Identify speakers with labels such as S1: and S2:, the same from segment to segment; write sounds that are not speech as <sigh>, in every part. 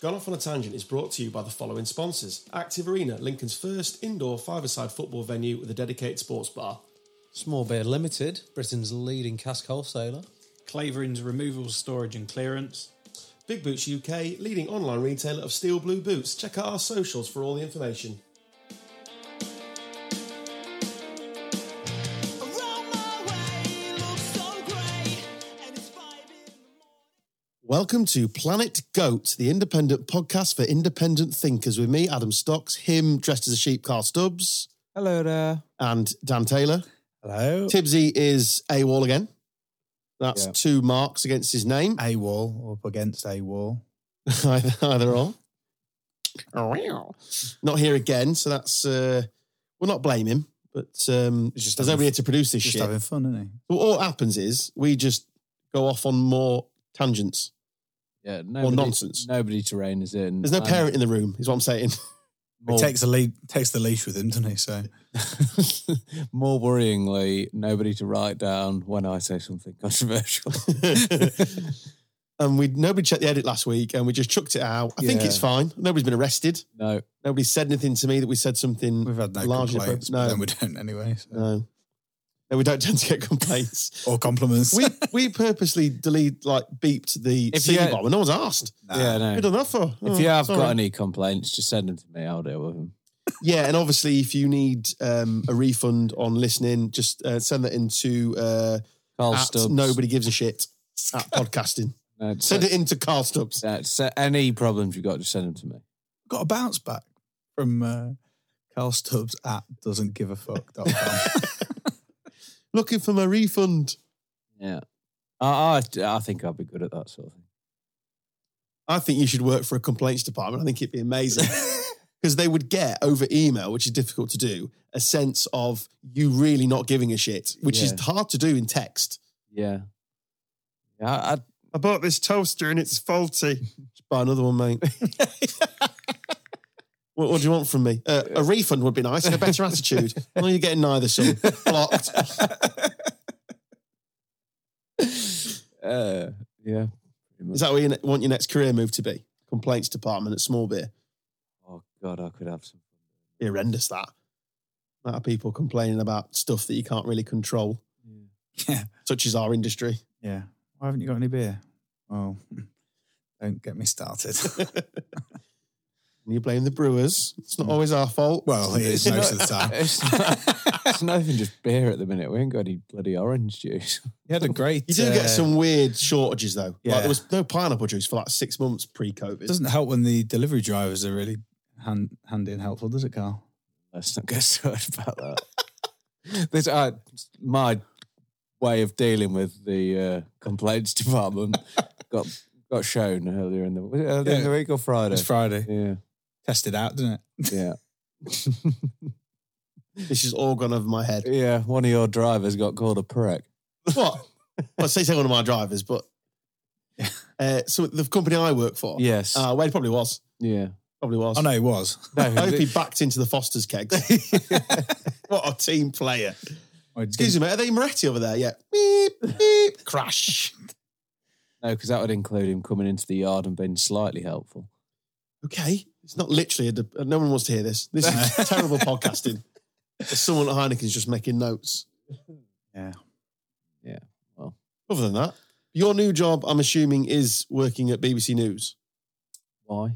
S1: Gone Off on a Tangent is brought to you by the following sponsors Active Arena, Lincoln's first indoor five-a-side football venue with a dedicated sports bar.
S2: Small Beer Limited, Britain's leading cask wholesaler.
S3: Clavering's removals, storage, and clearance.
S1: Big Boots UK, leading online retailer of steel blue boots. Check out our socials for all the information. Welcome to Planet Goat, the independent podcast for independent thinkers with me, Adam Stocks, him dressed as a sheep, Carl Stubbs,
S4: Hello there.
S1: and Dan Taylor.
S4: Hello.
S1: Tibsy is AWOL again. That's
S4: Yeah.
S1: two marks against his name.
S4: A wall up against a wall.
S1: <laughs> either, either or. not here again, so that's uh, we'll not blame him, but um,
S4: He's just
S1: there's
S4: having-
S1: nobody here to produce this
S4: Just
S1: shit.
S4: having fun, isn't he?
S1: So all that happens is we just go off on more tangents.
S5: Yeah, nobody,
S1: nonsense.
S5: Nobody to rein us in. Um,
S1: There's no
S5: I'm
S1: parent in the room, is what
S4: <laughs>
S1: I'm saying. <laughs>
S5: More,
S4: He takes the lead, takes the leash with him, doesn't he? So
S5: <laughs> more worryingly, nobody to write down when I say something <laughs>
S1: <laughs>
S5: controversial.
S1: and we nobody checked the edit last week, and we just chucked it out. I think
S5: Yeah.
S1: it's fine. Nobody's been arrested.
S5: no,
S1: Nobody said anything to me that we said something.
S4: we've had no
S1: Largely
S4: complaints.
S1: pro-
S4: but
S1: no.
S4: then we don't anyway. so-
S1: no, no, we don't tend to
S5: <laughs>
S1: get complaints.
S4: Or compliments.
S1: we we purposely delete like beeped the
S5: If
S1: C
S5: you-
S1: bomb and no one's asked.
S4: Nah.
S5: yeah,
S1: Who
S5: no.
S1: done that for? Oh,
S5: If you have
S1: sorry.
S5: got any complaints, just send them to me. I'll deal with them.
S1: yeah, and obviously if you need um, a refund on listening, just uh, send that into uh,
S5: Carl
S1: at
S5: Stubbs. uh,
S1: nobody gives a shit
S5: <laughs>
S1: at podcasting.
S5: No, just send
S1: Send it into Carl Stubbs.
S5: that's, any problems you've got, just send them to me.
S4: Got a bounce back from uh, Carl Stubbs at doesn't give a fuck. dot com.
S1: Looking for my refund.
S5: Yeah. I, I, I think I'll be good at that sort of thing.
S1: I think you should work for a complaints department. I think it'd be amazing. Because they would get over email, which is difficult to do, a sense of you really not giving a shit, which is
S5: Yeah.
S1: hard to do in text.
S5: Yeah. Yeah. I, I-
S1: I bought this toaster and it's faulty. Just <laughs> buy another one, mate. what, what do you want from me? Uh, a refund would be nice and a better attitude. No, you're getting neither, son. Blocked. <laughs>
S5: <laughs> uh, yeah. pretty
S1: Is
S5: much.
S1: that where you ne- want your next career move to be? Complaints department at Small Beer.
S5: oh, God, I could have some.
S1: Be horrendous, that. Amount of people complaining about stuff that you can't really control,
S5: Yeah.
S4: yeah. <laughs>
S1: such as our industry.
S4: <laughs> Yeah. Why haven't you got any beer? Oh, <laughs> don't get me
S1: <laughs>
S4: started.
S1: and you blame the brewers. It's
S4: Mm.
S1: not always our fault.
S4: well, it is most of the time.
S5: It's, not,
S4: <laughs>
S5: it's nothing just beer at the minute. We ain't got any bloody orange juice. <laughs>
S4: He had a great.
S1: you do
S4: uh,
S1: get some weird shortages, though. Like,
S4: yeah.
S1: there was no pineapple juice for like six months pre COVID.
S4: It doesn't help when the delivery drivers are really hand, handy and helpful, does it, Carl?
S5: Let's not get started about that. <laughs> this, uh, my way of dealing with the uh, complaints <laughs> department got got shown earlier in the, was it earlier in the
S4: Yeah.
S5: week or Friday.
S4: It's Friday.
S5: yeah,
S4: Tested out, didn't it?
S5: yeah, <laughs>
S1: This is all gone over my
S4: <laughs>
S1: head.
S5: yeah. One of your drivers got called a prick.
S1: What? well, say say one of my drivers, but uh, so the company I work for.
S5: Yes.
S1: Uh, well, he probably was.
S5: yeah.
S1: Probably was.
S4: Oh no, it <laughs> was.
S5: No,
S1: I hope he backed into the Foster's
S4: <laughs>
S1: kegs. <laughs> what a team player.
S4: Or did-
S1: Excuse me, mate. Are they Moretti over there? Yeah. Beep, beep. Crash.
S5: no, because that would include him coming into the yard and being slightly helpful.
S1: Okay. It's not literally a. De- no one wants to hear this. This is
S5: <laughs>
S1: terrible podcasting. There's someone at Heineken's just making notes.
S4: Yeah.
S5: Yeah, well.
S1: Other than that, your new job, I'm assuming, is working at BBC News.
S5: Why?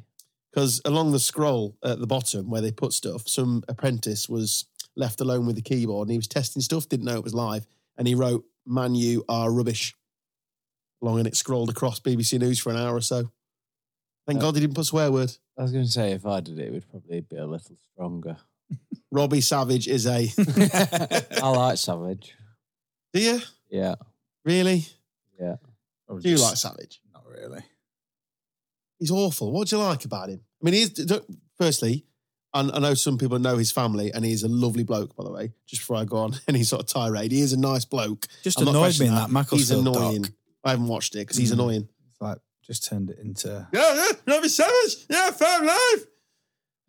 S1: because along the scroll at the bottom where they put stuff, some apprentice was left alone with the keyboard and he was testing stuff, didn't know it was live, and he wrote, Man, you are rubbish. Along and it scrolled across BBC News for an hour or so. Thank
S5: Yeah.
S1: God he didn't put swear word.
S5: I was going to say if I did it, it would probably be a little stronger.
S1: Robbie Savage is a.
S5: I like Savage.
S1: Do you?
S5: Yeah.
S1: Really?
S4: or
S1: Do you
S4: just-
S1: like Savage?
S4: <laughs> Not really.
S1: He's awful. What do you like about him? I mean, he is. don't- Firstly, I, I know some people know his family, and he's a lovely bloke, by the way, just before I go on <laughs> any sort of tirade. He is a nice bloke.
S4: Just
S1: I'm not
S4: annoyed me
S1: questioning
S4: in that Macclesfield
S1: He's annoying.
S4: doc.
S1: I haven't watched it because he's
S4: Mm.
S1: annoying.
S4: It's like just turned it into.
S1: Yeah, yeah, Robbie Savage. Yeah, fair life.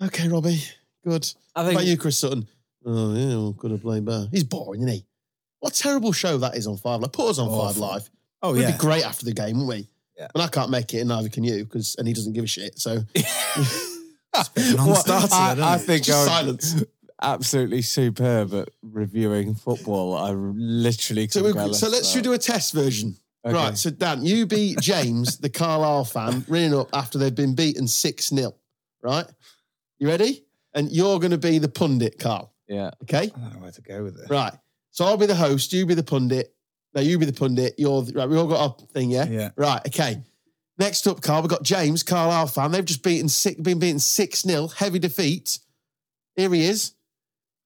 S1: Okay, Robbie. Good.
S5: I
S1: How
S5: think
S1: about you, Chris Sutton? Oh, yeah, well, could have played better. He's boring, isn't he? What a terrible show that is on Five Live. Put us on Five
S4: Awful.
S1: Live.
S4: Oh
S1: We'd
S4: yeah.
S1: be great after the game, wouldn't we?
S4: Yeah.
S1: And I can't make it, and neither can you, because and he doesn't give a shit. So
S4: <laughs> Non-starter,
S5: What- I,
S4: isn't
S5: I
S4: it?
S5: think
S1: Just
S5: I would
S1: silence.
S5: absolutely superb at reviewing football. I literally
S1: So,
S5: couldn't
S1: we-
S5: care
S1: so
S5: less
S1: let's should we
S5: about
S1: do a test version.
S5: it. uh, Okay.
S1: Right. So Dan, you beat James, the Carlisle fan, ringing up after they've been beaten six 0 Right. You ready? And you're going to be the pundit, Carl.
S5: Yeah.
S1: Okay.
S4: I don't know where to go with this.
S1: Right. So I'll be the host. You be the pundit. No, you be the pundit. You're the, right. We all got our thing, yeah.
S4: Yeah.
S1: Right. Okay. Next up, Carl. We've got James, Carlisle fan. They've just beaten six, been beaten six 0 heavy defeat. Here he is.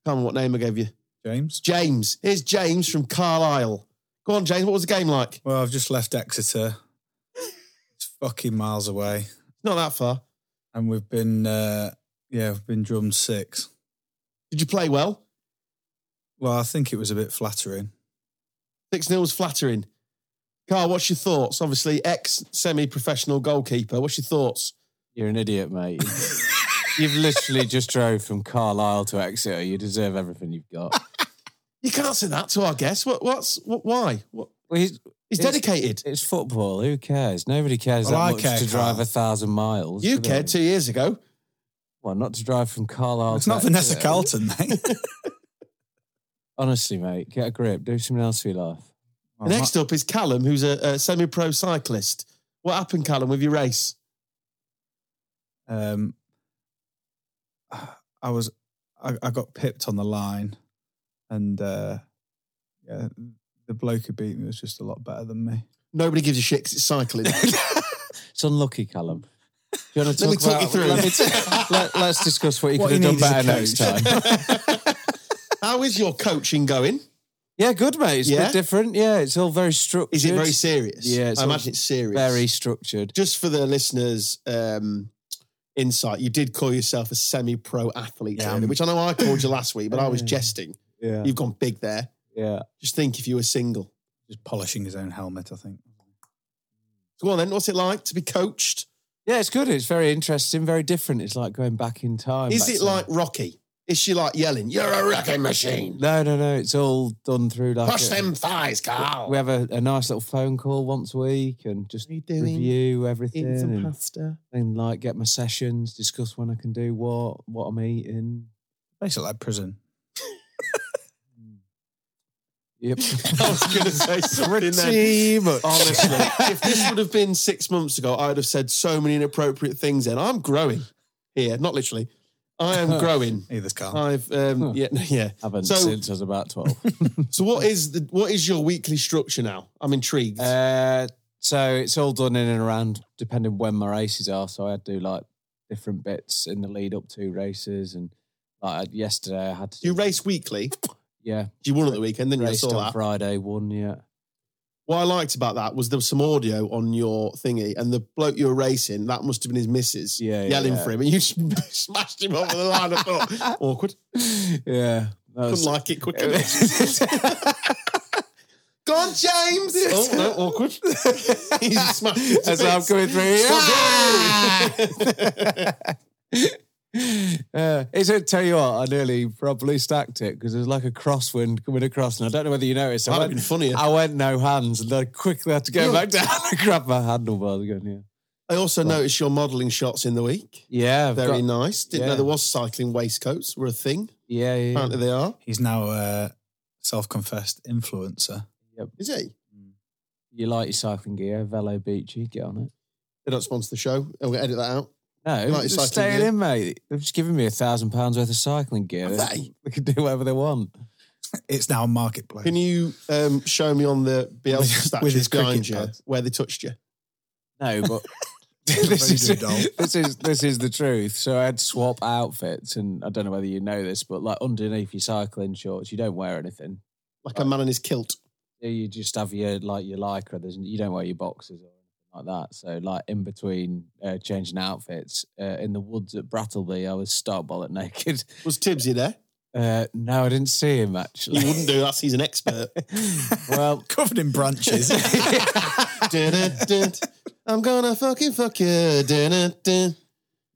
S1: Can't remember what name I gave you.
S4: James.
S1: James. Here's James from Carlisle. Go on, James. What was the game like? It's
S4: Well, I've just left Exeter. It's fucking miles away,
S1: not that far.
S4: and we've been uh, yeah, we've been drummed six.
S1: Did you play well?
S4: Well, I think it was a bit flattering.
S1: Six 0 was flattering. Carl, what's your thoughts? Obviously, ex semi-professional goalkeeper. What's your thoughts?
S5: You're an idiot, mate. You've literally just drove from Carlisle to Exeter. You deserve everything you've got.
S1: You can't say that to our guest. What? What's? What? Why? What?
S5: Well, he's,
S1: He's
S5: It's-
S1: dedicated.
S5: it's football. Who cares? Nobody cares
S4: Well,
S5: that
S4: I
S5: much
S4: care,
S5: to drive
S4: Carl.
S5: a thousand miles.
S1: You
S5: do
S1: cared
S5: they?
S1: two years ago.
S5: Well, not to drive from Carlisle.
S4: It's
S5: to
S4: not Vanessa
S5: Exeter.
S4: Carlton, <laughs> mate.
S5: Honestly, mate, get a grip. Do something else with your life.
S4: Well,
S1: Next up is Callum, who's a, a semi-pro cyclist. What happened, Callum, with your race?
S4: my- um, I was, I, I got pipped on the line, and uh, yeah, the bloke who beat me was just a lot better than me.
S1: Nobody gives a shit 'cause it's <laughs> cycling.
S5: It's unlucky, Callum. Do you want to
S1: Hmm. Let me
S5: talk about,
S1: talk you through
S5: Let me
S1: it.
S5: t- <laughs> let, us discuss what you
S4: What
S5: could
S4: you
S5: have done
S4: need is a
S5: better next
S4: coach.
S1: <laughs>
S5: time.
S1: How is your coaching going?
S5: yeah, good, mate. It's a
S1: Yeah?
S5: bit different. Yeah, it's all very structured.
S1: Is it very serious?
S5: Yeah, it's
S1: I
S5: all
S1: imagine it's serious.
S5: Very structured.
S1: Just for the listeners' um, insight, you did call yourself a semi-pro athlete,
S4: Yeah,
S1: earlier,
S4: I'm-
S1: which I know I called you last week, but I was
S5: Yeah.
S1: jesting.
S5: Yeah.
S1: You've gone big there.
S5: Yeah.
S1: Just think if you were single.
S4: Just polishing his own helmet, I think.
S1: So go on then. What's it like to be coached?
S5: Yeah, it's good. It's very interesting, very different. It's like going back in time.
S1: is
S5: back
S1: it
S5: to-
S1: like Rocky? Is she like yelling, "You're a wrecking machine"?
S5: No, no, no. It's all done through like.
S1: Push
S5: a-
S1: them thighs, Carl.
S5: We have a, a nice little phone call once a week and just
S1: What are you doing?
S5: review everything
S1: Eating some
S5: and,
S1: pasta.
S5: and like get my sessions, discuss when I can do what, what I'm eating.
S4: Basically, like prison.
S1: <laughs>
S5: Yep. <laughs>
S1: I was going to say something then.
S5: Pretty much.
S1: Honestly, <laughs> if this would have been six months ago, I would have said so many inappropriate things. Then I'm growing here, not literally. I
S5: <laughs>
S1: am growing.
S4: Either Carl.
S1: I've um,
S5: Huh.
S1: yeah <laughs> no, yeah.
S5: haven't
S1: So-
S5: since I was about 12.
S1: So what is the what is your weekly structure now? I'm
S5: <laughs>
S1: intrigued.
S5: uh, so it's all done in and around, depending when my races are. So I do like different bits in the lead up to races. And like yesterday, I had to.
S1: Do you race weekly?
S5: Yeah.
S1: Do you won at the weekend? Then you I
S5: Raced
S1: saw
S5: on
S1: that.
S5: Friday, one, yeah. <laughs>
S1: What I liked about that was there was some audio on your thingy, and the bloke you were racing, that must have been his missus
S5: Yeah, yeah,
S1: yelling
S5: yeah.
S1: for him, and you <laughs> sm- smashed him over the line. I
S5: <laughs>
S1: thought awkward.
S5: Yeah. That
S1: Couldn't
S5: was- <laughs>
S1: like it quick enough. Go on, James. Oh no,
S5: <laughs>
S1: awkward. He's smashing. to
S5: As I'm
S1: bits.
S5: going through. Yeah. <laughs> Uh, it's a, tell you what, I nearly probably stacked it because there's like a crosswind coming across, and I don't know whether you noticed. I
S1: That'd have
S5: went,
S1: been funnier.
S5: I went no hands, and I quickly had to go back down and <laughs> grab my handlebars again. Yeah,
S1: I also noticed your modelling shots in the week.
S5: yeah, I've
S1: Very
S5: got-
S1: nice. Didn't know
S5: yeah.
S1: there was cycling waistcoats were a thing.
S5: yeah, yeah, yeah.
S1: Apparently they are.
S4: He's now a self-confessed influencer.
S1: Is he?
S5: You like your cycling gear, Velo Beachy, get on it.
S1: They don't sponsor the show. I'm gonna edit that out.
S5: No,
S1: like your
S5: it's
S1: cycling
S5: staying
S1: gear?
S5: in, mate. They've just given me a thousand pounds worth of cycling gear.
S1: Have they?
S5: They can do whatever they want.
S4: It's now a marketplace.
S1: Can you um, show me on the Bielsa
S4: With-
S1: statue
S4: with his
S1: behind
S4: cricket
S1: you
S4: pads.
S1: where they touched you?
S5: No,
S1: <laughs>
S5: but this,
S4: Very
S5: is,
S4: good, Dom.
S5: <laughs> this is this is the truth. So I had swap outfits, and I don't know whether you know this, but like underneath your cycling shorts, you don't wear anything.
S1: Like a man in his kilt.
S5: Yeah, You just have your like your lycra. There's, you don't wear your boxes or anything like that. So like in between uh, changing outfits uh, in the woods at Brattleby, I was stark bollock naked. <laughs>
S1: Was Tibbsy there?
S5: Uh, no, I didn't see him
S1: He
S5: actually.
S1: wouldn't do <laughs> that. He's an expert.
S5: <laughs> well,
S4: covered in
S1: <laughs>
S4: branches? <laughs>
S1: Dun-dun-dun. I'm gonna fucking fuck you. <laughs> Dun-dun-dun.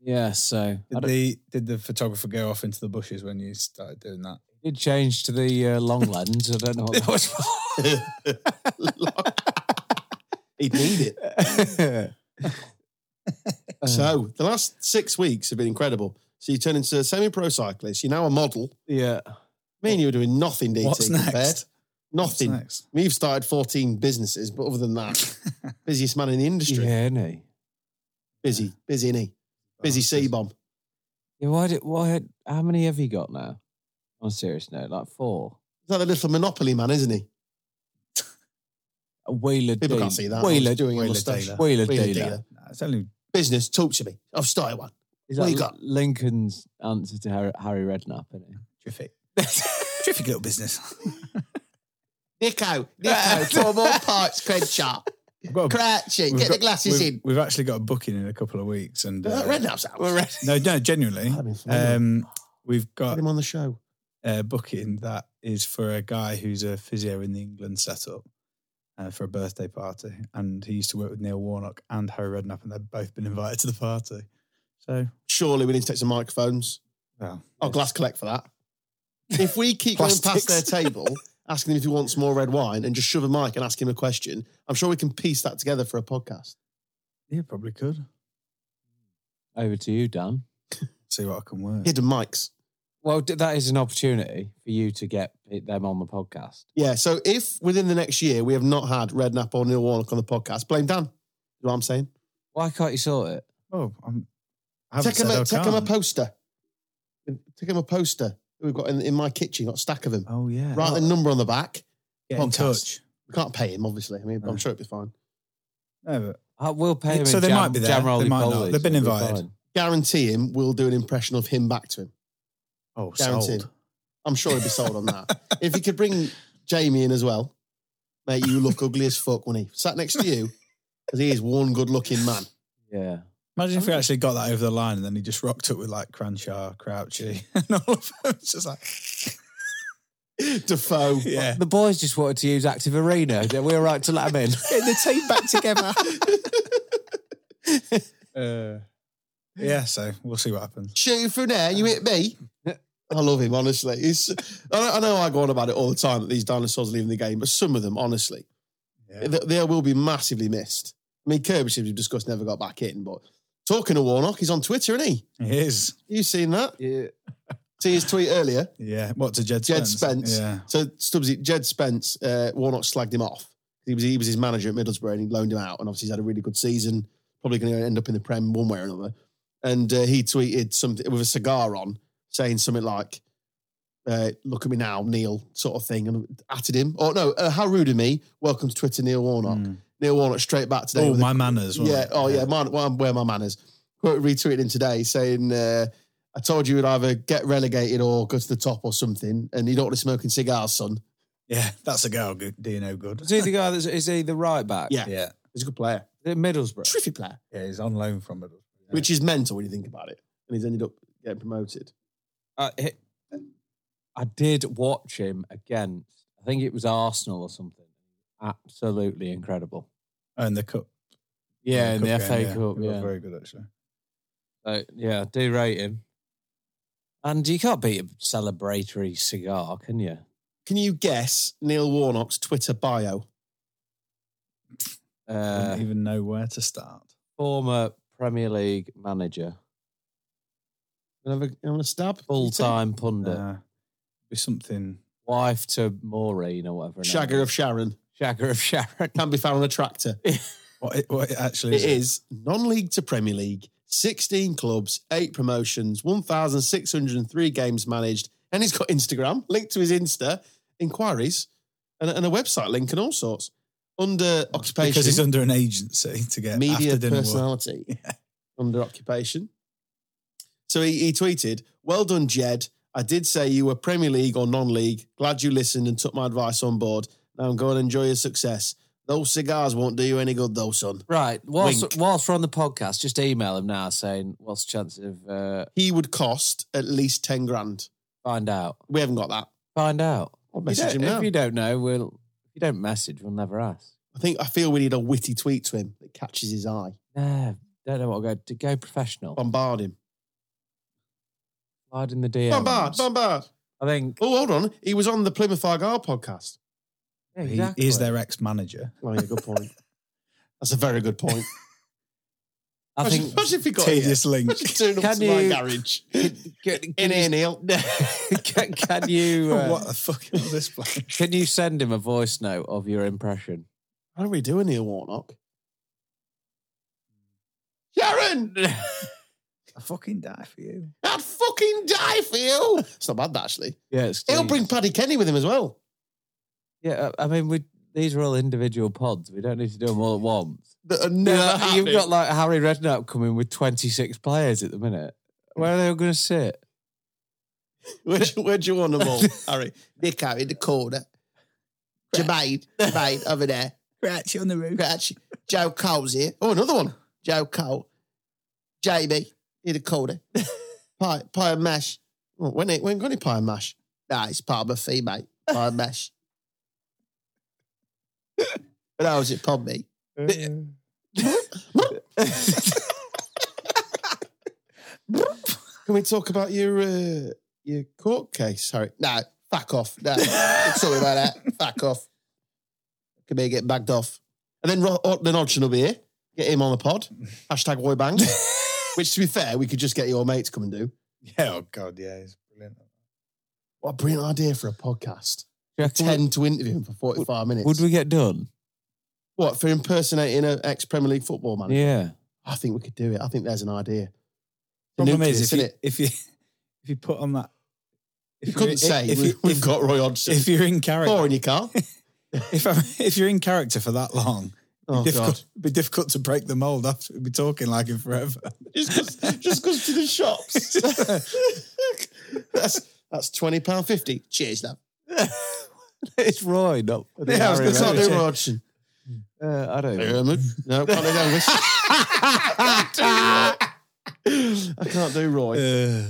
S5: yeah. So I
S4: did
S5: don't-
S4: the did the photographer go off into the bushes when you started doing
S1: <laughs>
S4: that?
S5: did change to
S4: <laughs>
S5: the uh, long lens. I don't know what that was. for.
S1: he He'd need it.
S4: <laughs>
S5: uh,
S1: so the last six weeks have been incredible. So you turn into a semi-pro cyclist. You're now a model.
S5: yeah.
S1: Me and you were doing nothing, DT.
S4: What's
S1: compared.
S4: next?
S1: Nothing.
S4: What's next?
S1: We've started 14 businesses, but other
S4: <laughs>
S1: than that, busiest man in the industry.
S5: Yeah, isn't he?
S1: Busy, busy, is
S4: Oh, <laughs>
S1: Busy C bomb.
S5: Yeah, why did why how many have you got now? On a serious note, like four.
S1: He's like the little Monopoly man, isn't he?
S5: A wheeler
S1: People can't
S5: deal-
S1: see that. I
S5: Wheeler
S1: was doing a
S4: Wheeler
S1: mustache.
S4: dealer.
S5: Wheeler,
S1: Wheeler
S5: dealer.
S1: dealer.
S4: Nah, it's only
S1: Business, talk to me. I've started one.
S5: He's
S1: What
S5: like
S1: you got?
S5: Lincoln's answer to Harry, Harry Redknapp, isn't he?
S4: terrific.
S1: <laughs>
S4: terrific little business.
S1: Nico,
S4: <laughs>
S1: Nico, pour more parts, Crenshaw.
S4: I've got a-
S1: Cratchy,
S4: we've
S1: get the
S4: got-
S1: glasses
S4: we've-
S1: in.
S4: We've actually got a booking in a couple of weeks, and
S1: Uh,
S4: uh,
S1: Redknapp's out.
S4: no, no,
S1: <laughs>
S4: genuinely,
S1: That'd be phenomenal.
S4: um, we've
S1: Get
S4: got
S1: him on the show.
S4: a booking that is for a guy who's a physio in the England setup uh, for a birthday party, and he used to work with Neil Warnock and Harry Redknapp, and they've both been <laughs> invited to the party. So,
S1: Surely we need to take some microphones.
S4: well,
S1: I'll glass collect
S4: <laughs>
S1: for that. If we keep going past their
S5: Plastics.
S1: table, asking him if he wants more red wine and just shove a mic and ask him a question, I'm sure we can piece that together for a podcast.
S4: yeah, probably could
S5: Over to you, Dan.
S4: see what I can work.
S1: Hidden mics.
S5: Well, d- that is an opportunity for you to get them on the podcast.
S1: Yeah. So if within the next year we have not had Redknapp or Neil Warnock on the podcast, blame Dan. You know what I'm saying?
S5: Why can't you sort it?
S4: Oh, I'm, I haven't
S1: Take him,
S4: said I
S1: a, take him a
S4: can't.
S1: poster. Take him a poster. We've got in, in my kitchen, got a stack of them.
S4: Oh yeah,
S1: Write the number on the back.
S4: get in
S1: podcast.
S4: touch.
S1: We can't pay him, obviously. I mean, I'm
S4: No.
S1: sure it'll be fine.
S4: No, but
S5: I will Uh, pay him.
S4: So
S5: in
S4: they
S5: jam,
S4: might be there.
S5: jam roly
S4: They might not.
S5: polies.
S4: They've been
S5: It'll be
S4: invited.
S5: fine.
S1: Guarantee him we'll do an impression of him back to him.
S4: oh,
S1: Guaranteed.
S4: sold.
S1: I'm sure he'd be sold on that. if he could bring Jamie in as well, mate, you look ugly as fuck when he sat next to you because he is one good looking man.
S5: Yeah.
S4: Imagine
S1: Oh.
S4: if we actually got that over the line, and then he just rocked up with like Cranshaw, Crouchy, <laughs> and all of them. It's just like,
S1: Defoe. <laughs>
S4: yeah,
S5: The boys just wanted to use Active Arena. We were right to let them in.
S4: get the team back together. uh, yeah, so we'll see what happens.
S1: Shoot from there, you hit me. I love him, honestly. He's, I, know, I know I go on about it all the time that these dinosaurs leaving the game, but some of them, honestly,
S4: Yeah.
S1: th- they will be massively missed. I mean, Kirby, as we've discussed, never got back in, but talking to Warnock, he's on Twitter, isn't he?
S4: He is.
S1: you seen that.
S5: <laughs> Yeah.
S1: See his tweet earlier.
S4: Yeah. What to Jed
S1: Jed
S4: Spence?
S1: Spence.
S4: Yeah.
S1: So Stubbsy, Jed Spence, uh, Warnock slagged him off. He was he was his manager at Middlesbrough and he loaned him out. And obviously he's had a really good season. Probably going to end up in the Prem one way or another. And uh, he tweeted something with a cigar on, saying something like, uh, "Look at me now, Neil," sort of thing, and atted him. Or no, uh, how rude of me. Welcome to Twitter, Neil Warnock.
S4: Mm.
S1: Neil Warnock straight back today.
S4: Oh,
S1: with a-
S4: my manners. wasn't
S1: yeah.
S4: it?
S1: Oh, yeah. Man, well, where my manners. Quote retweeted him today saying, uh, I told you would either get relegated or go to the top or something. And you don't want to be smoking cigars, son.
S4: Yeah. That's a girl. Good. Do you know good?
S5: Is he the guy that's is he the right back?
S1: Yeah.
S4: Yeah.
S1: He's a good player.
S5: Is it Middlesbrough.
S1: Terrific player.
S4: Yeah. He's on loan from it.
S1: Which is mental when you think about it. And he's ended up getting promoted.
S5: I, Uh, he- I did watch him against. I think it was Arsenal or something. Absolutely incredible.
S4: And Oh, the cup.
S5: Yeah, in the
S4: cup
S5: FA
S4: game,
S5: Cup.
S4: They were
S5: Yeah.
S4: Very good actually.
S5: So, yeah, I do rate him. And you can't beat a celebratory cigar, can you?
S1: Can you guess Neil Warnock's Twitter bio?
S5: Uh,
S1: Uh,
S4: Didn't even know where to start.
S5: former Premier League manager,
S1: You want to have a stab?
S5: full time pundit,
S4: Uh, be something.
S5: wife to Maureen or whatever. her name
S1: Shagger of
S5: is.
S1: Sharon.
S5: Shagger of Sharon. <laughs>
S1: Can be found on a tractor.
S4: What it, what it actually
S1: It is non-league to Premier League, 16 clubs, 8 promotions, 1,603 games managed, and he's got Instagram, linked to his Insta, inquiries, and, and a website link and all sorts. Under occupation,
S4: Because he's under an agency to get
S1: media
S4: after dinner work.
S1: <laughs> personality,
S4: Yeah.
S1: under occupation. So he, he tweeted, well done, Jed. I did say you were Premier League or non-league. Glad you listened and took my advice on board. Now go and enjoy your success. Those cigars won't do you any good though, son.
S5: Right. Whilst,
S1: Wink.
S5: whilst we're on the podcast, just email him now saying, what's the chance of uh,
S1: he would cost at least 10 grand.
S5: find out?
S1: We haven't got that.
S5: Find out.
S1: I'll
S5: If you
S1: message him
S5: don't-
S1: now.
S5: If you don't know, we'll. If you don't message, we'll never ask.
S1: I think I feel we need a witty tweet to him that catches his eye.
S5: Nah, don't know what to go to. Go professional.
S1: Bombard him.
S5: Slide in the DMs.
S1: Bombard, bombard.
S5: I think.
S1: Oh, hold on. He was on the <laughs> Plymouth Argyle podcast.
S5: Yeah,
S4: He
S5: exactly.
S4: is their ex manager.
S1: Oh, yeah, good point. That's a very good point.
S5: I
S1: Imagine- <laughs>
S5: think.
S1: imagine if you got here.
S4: Tedious
S1: <laughs>
S4: link.
S1: Imagine turning up
S5: Can
S1: to my
S5: you-
S1: garage. <laughs>
S5: Can, can
S1: In here,
S5: you,
S1: Neil.
S5: <laughs>
S1: <laughs>
S5: can, can you uh,
S4: <laughs> what the fuck is this <laughs> plan?
S5: can you send him a voice note of your impression?
S1: How are we doing here, Warnock? <laughs> Sharon,
S4: I fucking die for you.
S1: I'd fucking die for you. It's not bad, actually.
S5: Yeah, it's
S1: He'll
S5: Steve.
S1: bring Paddy Kenny with him as well.
S5: Yeah, uh, I I mean, we, these are all individual pods. We don't need to do them all at once.
S1: That are
S5: You
S1: never
S5: know,
S1: <laughs> happening.
S5: you've got like Harry Redknapp coming with 26 players at the minute. Where are they all going to sit?
S1: Where do, where do you want <laughs> them all, Harry? Nick out in the corner. <laughs> Jermaine, Jermaine over there.
S4: Ratchet on the roof.
S1: Gretch. Joe Cole's here. Oh, another one. Joe Cole. Jamie in the corner. pie, pie and mash. Oh, when it, when got any pie and mash? Nah, it's part of my fee, mate. Pie and mash. <laughs> but I was at Podme. <laughs> Can we talk about your uh, your court case, Harry? No, fuck off. No, it's something like that. Fuck off. Can be get bagged off. And then Ro- oh, then Hodgson will be here. Get him on the pod. Hashtag Roy Bang. Which, to be fair, we could just get your mate to come and do.
S4: Yeah, oh god, yeah, it's brilliant.
S1: What a brilliant idea for a podcast.
S5: Do you reckon we-
S1: Ten to interview him for 45 minutes.
S5: Would we get done?
S1: What, for impersonating an ex Premier League football manager?
S5: Yeah.
S1: I think we could do it. I think there's an idea. The
S4: Problem
S1: nucleus,
S4: is, if
S1: isn't
S4: you,
S1: it?
S4: if you <laughs> if you put on that, if
S1: You
S4: you're-
S1: couldn't say
S4: if,
S1: we,
S4: you,
S1: <laughs> we've
S4: if,
S1: got Roy Hodgson.
S4: <laughs> if you're in character
S1: or in your car.
S4: if I'm, if you're in character for that long,
S1: Oh, <laughs> God.
S4: difficult, it'd be difficult to break the mold. After we'd be talking like him <laughs> forever.
S1: just goes, just goes to the <laughs> shops. that's that's twenty pound fifty. Cheers, love.
S4: <laughs>
S5: It's Roy, not.
S4: Yeah, I was
S1: It's not
S4: Roy.
S1: Roy Hodgson.
S5: Uh, I don't know.
S1: Pyramid. No, can't do Elvis. I can't do Roy.
S4: Uh,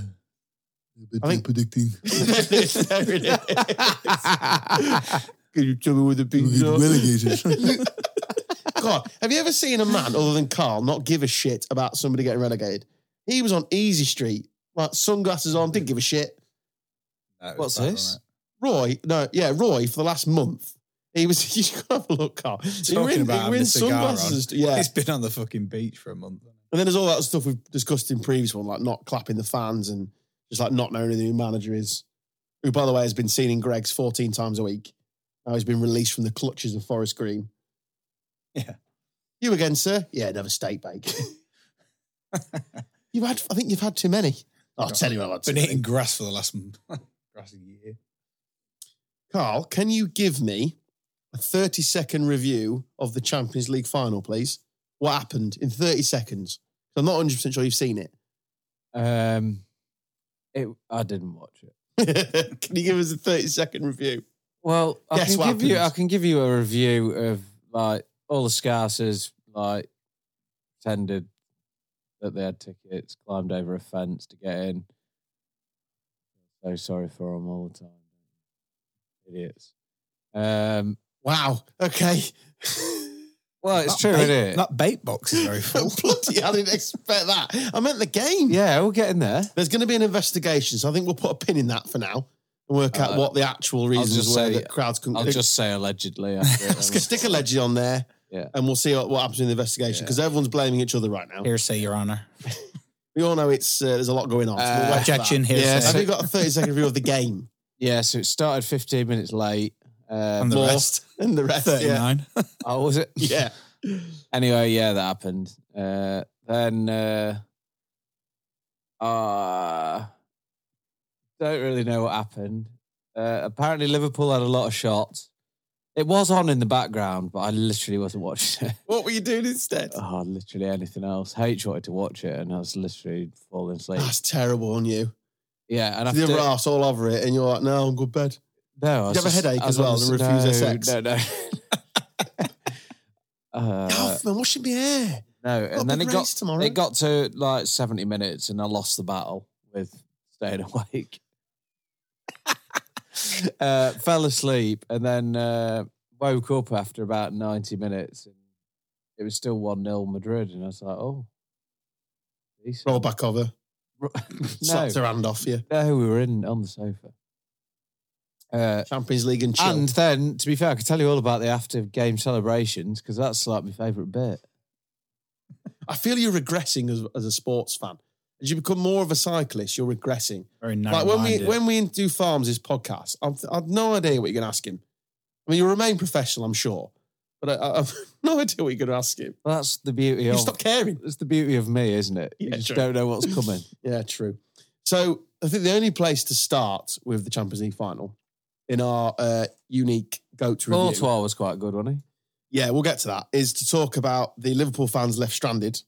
S1: I think-
S4: predicting.
S1: <laughs> There it is. Can you tell me where the beans are? <laughs> God, have you ever seen a man other than Carl not give a shit about somebody getting relegated? He was on Easy Street, like sunglasses on, didn't give a shit.
S5: What's this?
S1: Roy, no, yeah, Roy for the last month. He was, <laughs> you should have a look, Carl. he
S4: Talking
S1: were in,
S4: about
S1: he were
S4: having
S1: in
S4: a cigar
S1: sunglasses. Yeah.
S4: He's been on the fucking beach for a month.
S1: And then there's all that stuff we've discussed in previous one, like not clapping the fans and just like not knowing who the new manager is, who, by the way, has been seen in Greg's 14 times a week. Now he's been released from the clutches of Forest Green.
S4: Yeah.
S1: You again, sir? Yeah, another steak bake. <laughs> you had, I think you've had too many. I'll
S4: God.
S1: tell you what I've had too
S4: Been
S1: many.
S4: eating grass for the last month. grass a year.
S1: Carl, can you give me a 30 second review of the Champions League final, please? What happened in 30 seconds? I'm not 100% sure you've seen it.
S5: Um, it, I didn't watch it.
S1: <laughs> can you give us a 30 second review?
S5: Well, I
S1: Guess
S5: can
S1: what
S5: give you. I
S1: happens?
S5: can give you a review of like all the scarces like tendered that they had tickets, climbed over a fence to get in. So sorry for them all the time, idiots. Um,
S1: Wow. Okay.
S5: well, it's
S4: That
S5: true,
S4: bait,
S5: isn't it?
S4: That bait box
S1: <laughs>
S4: is very full.
S1: Bloody, I didn't expect that. I meant the game.
S5: yeah, we're getting there.
S1: There's going to be an investigation, so I think we'll put a pin in that for now and work out
S5: Uh,
S1: what the actual reasons
S5: just
S1: were
S5: say-
S1: that crowds couldn't.
S5: I'll just say allegedly. <laughs> After it,
S1: Let's stick a legend on there,
S5: Yeah.
S1: and we'll see what, what happens in the investigation because everyone's blaming each other right now.
S4: <laughs> Hearsay, Your Honour.
S1: We all know it's uh, there's a lot going on. so we'll
S5: Uh,
S1: wait for
S4: Objection,
S1: that.
S4: hearsay.
S5: yeah,
S1: Have you got a 30 second review of
S5: <laughs>
S1: the game?
S5: Yeah, so it started 15 minutes late. Uh,
S4: and the
S1: more.
S4: rest. <laughs>
S1: And the rest, yeah.
S4: 39.
S5: <laughs> oh, was it?
S1: Yeah.
S5: Anyway, yeah, that happened. Uh, then uh, uh, don't really know what happened. Uh, apparently, Liverpool had a lot of shots. It was on in the background, but I literally wasn't watching it. <laughs>
S1: What were you doing instead?
S5: Oh, literally anything else. H wanted to watch it, and I was literally falling asleep.
S1: That's terrible on you.
S5: Yeah, and
S1: The
S5: after
S1: other arse all over it, and you're like, no, I'm good bed.
S5: no, I
S1: you have a
S5: just-
S1: headache
S5: I was
S1: as well
S5: on
S1: and
S5: the-
S1: refuse
S5: no,
S1: SX?
S5: No, no. <laughs> uh,
S1: Kaufman, washing my hair.
S5: no,
S1: Got a
S5: and then
S1: big
S5: it got
S1: race tomorrow.
S5: It got to like 70 minutes and I lost the battle with staying <laughs>
S1: <laughs>
S5: awake. uh, fell asleep and then uh, woke up after about 90 minutes and it was still 1 0 Madrid. And I was like, oh, decent.
S1: Roll back over.
S5: Ro- <laughs>
S1: <laughs> Slapped
S5: no,
S1: her hand off you.
S5: no, we were in on the sofa. Uh,
S1: Champions League and chill.
S5: and then, to be fair, I could tell you all about the after game celebrations because that's like my favourite bit.
S1: I feel you're regressing as, as a sports fan. As you become more of a cyclist, you're regressing.
S4: Very narrow
S1: like when we when we do farms his podcast, I've, I've no idea what you're going to ask him. I mean, you remain professional, I'm sure, but I, I- I've <laughs> no idea what you're going to ask him.
S5: Well, that's the beauty
S1: You
S5: of
S1: stop caring.
S5: that's the beauty of me, isn't it? You
S1: Yeah,
S5: just
S1: true.
S5: don't know what's coming.
S1: Yeah, true. So I think the only place to start with the Champions League final in our uh, unique go to review.
S5: Courtois was quite good, wasn't he?
S1: Yeah, we'll get to that. Is to talk about the Liverpool fans left stranded.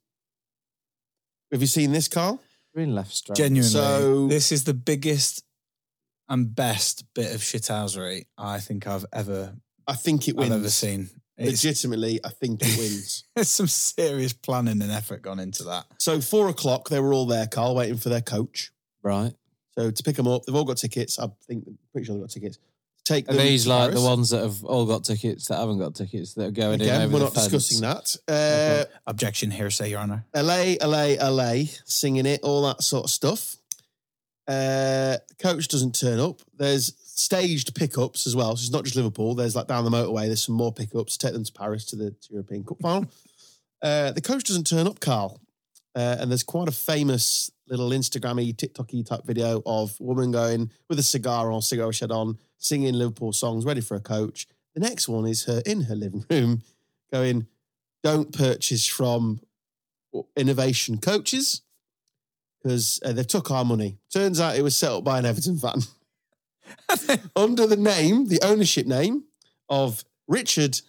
S1: Have you seen this, Carl?
S5: Green left strand.
S4: Genuinely,
S1: So-
S4: this is the biggest and best bit of shithousery I think I've ever
S1: I think it wins.
S4: I've ever seen. It's,
S1: Legitimately, I think it wins.
S5: <laughs>
S4: <laughs> there's some serious planning and effort gone into that.
S1: so four o'clock, they were all there, Carl, waiting for their coach.
S5: right.
S1: So to pick them up, they've all got tickets. I think, pretty sure they've got tickets. Take
S5: Are
S1: them
S5: these
S1: to
S5: like
S1: Paris.
S5: the ones that have all got tickets that haven't got tickets that are going in?
S1: Again,
S5: over
S1: we're
S5: the
S1: not
S5: fence?
S1: discussing that. Uh,
S4: Objection, hearsay, Your Honour.
S1: LA, LA, LA, singing it, all that sort of stuff. Uh, coach doesn't turn up. There's staged pickups as well. So it's not just Liverpool. There's like down the motorway, there's some more pickups. Take them to Paris to the to European Cup final. uh, the coach doesn't turn up, Carl. Uh, and there's quite a famous little Instagram-y, TikTok-y type video of a woman going with a cigar on, cigar shed on, singing Liverpool songs, ready for a coach. The next one is her in her living room going, don't purchase from innovation coaches because uh, they've took our money. Turns out it was set up by an Everton fan under the name, the ownership name of Richard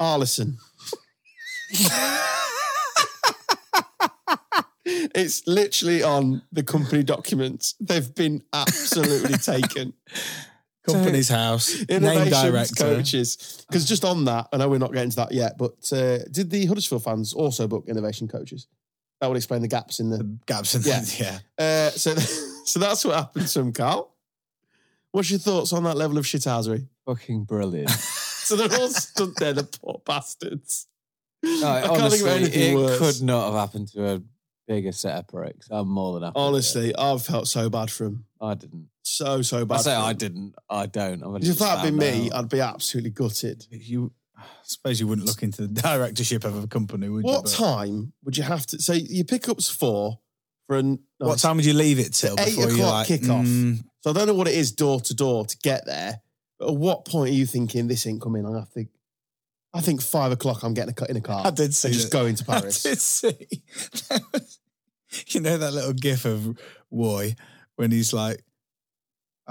S1: Arlison. it's literally on the company documents. They've been absolutely taken.
S4: Company's
S1: <laughs>
S4: house, name
S1: Innovations
S4: director.
S1: coaches. Because just on that, I know we're not getting to that yet, but uh, did the Huddersfield fans also book innovation coaches? That would explain the gaps in the
S4: The gaps in
S1: Yeah.
S4: yeah. <laughs> yeah.
S1: Uh, so, <laughs> so that's what happened to him, Carl. What's your thoughts on that level of shithousery?
S5: Fucking
S1: <laughs>
S5: brilliant.
S1: So they're all stood there, the poor bastards.
S5: No,
S1: I can't
S5: honestly,
S1: think of anything
S5: it
S1: worse.
S5: could not have happened to a bigger set of pricks. I'm more than happy. with it.
S1: Honestly, I've felt so bad for him.
S5: I didn't.
S1: So, so bad.
S5: I say
S1: for him.
S5: I didn't. I don't. I'm
S1: If that had been me, I'd be absolutely gutted.
S4: You, I suppose you wouldn't look into the <laughs> directorship of a company, would you?
S1: What
S4: But-
S1: time would you have to? So your pickup's four for an. no,
S4: What time would you leave it till?
S1: Eight
S4: before you
S1: o'clock
S4: like,
S1: kickoff.
S4: mm,
S1: So I don't know what it is door to door to get there. But at what point are you thinking this ain't coming? I think, I think five o'clock. I'm getting a cut in a car.
S4: I did see
S1: and just
S4: that.
S1: going to Paris.
S4: I did see. <laughs> There was- you know that little gif of Roy when he's like,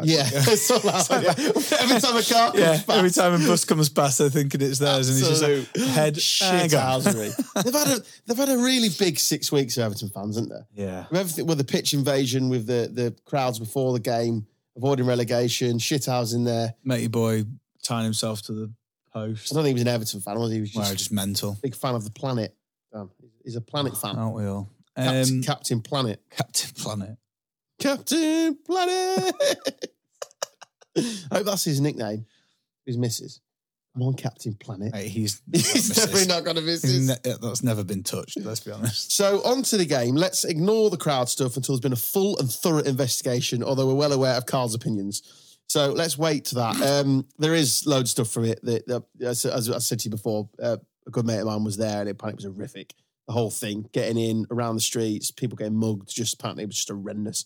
S1: Yeah,
S4: <laughs>
S1: it's all out.
S4: So that-
S1: Every time a car
S4: <laughs>
S1: comes
S4: yeah,
S1: past,
S4: every time a bus comes past, they're thinking it's theirs, and he's just like,
S1: absolute
S4: head
S1: shit
S4: hang on. <laughs>
S1: housery. they've had a they've had a really big six weeks of Everton fans, haven't they?
S4: yeah,
S1: With everything with the pitch invasion, with the the crowds before the game, avoiding relegation, shit in there.
S4: matey boy tying himself to the
S1: I
S4: post.
S1: don't think he was an Everton fan, was he? He was just
S4: Wow, just mental,
S1: a big fan of the planet. Um, he's a planet fan.
S4: aren't we all?
S1: Captain,
S4: Um,
S1: Captain Planet.
S4: Captain Planet.
S1: Captain Planet. <laughs> I hope that's his nickname. His missus. I'm on Captain Planet.
S4: Hey, <laughs> he's
S1: <laughs> He's
S4: missus.
S1: definitely not got a
S4: He's
S1: missus.
S4: ne- that's never been touched. Let's be honest.
S1: So on to the game. Let's ignore the crowd stuff until there's been a full and thorough investigation, although we're well aware of Carl's opinions. So let's wait to that. Um, there is loads of stuff from it. That, that- as, as I said to you before, uh, a good mate of mine was there, and it apparently was horrific. The whole thing, getting in around the streets, people getting mugged, just apparently it was just horrendous.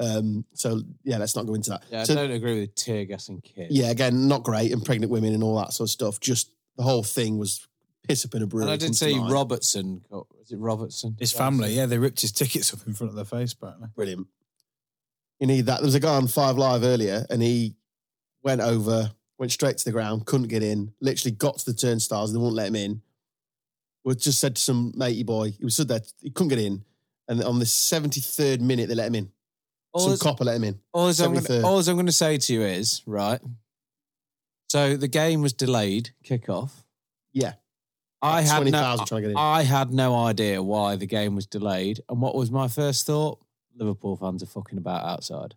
S1: Um, so yeah, let's not go into that.
S5: Yeah, I
S1: So-
S5: don't agree with tear gas and kids.
S1: yeah, again, not great, and pregnant women and all that sort of stuff. Just the whole thing was piss up in a brewery.
S5: And I did
S1: comes to
S5: see
S1: mind.
S5: Robertson. Got, is it Robertson?
S4: His family, yeah, they ripped his tickets up in front of their face, apparently.
S1: Brilliant. You need that. There was a guy on Five Live earlier, and he went over, went straight to the ground, couldn't get in. Literally got to the turnstiles, they wouldn't let him in. Was just said to some matey boy, he was stood there, he couldn't get in, and on the seventy third minute they let him in.
S5: All
S1: some
S5: is-
S1: copper let him in.
S5: all is I'm gonna,
S1: 73rd.
S5: all is I'm going to say to you is right. So the game was delayed kickoff.
S1: Yeah.
S5: I had
S1: twenty
S5: no,
S1: thousand trying to get in.
S5: I had no idea why the game was delayed, and what was my first thought? Liverpool fans are fucking about outside.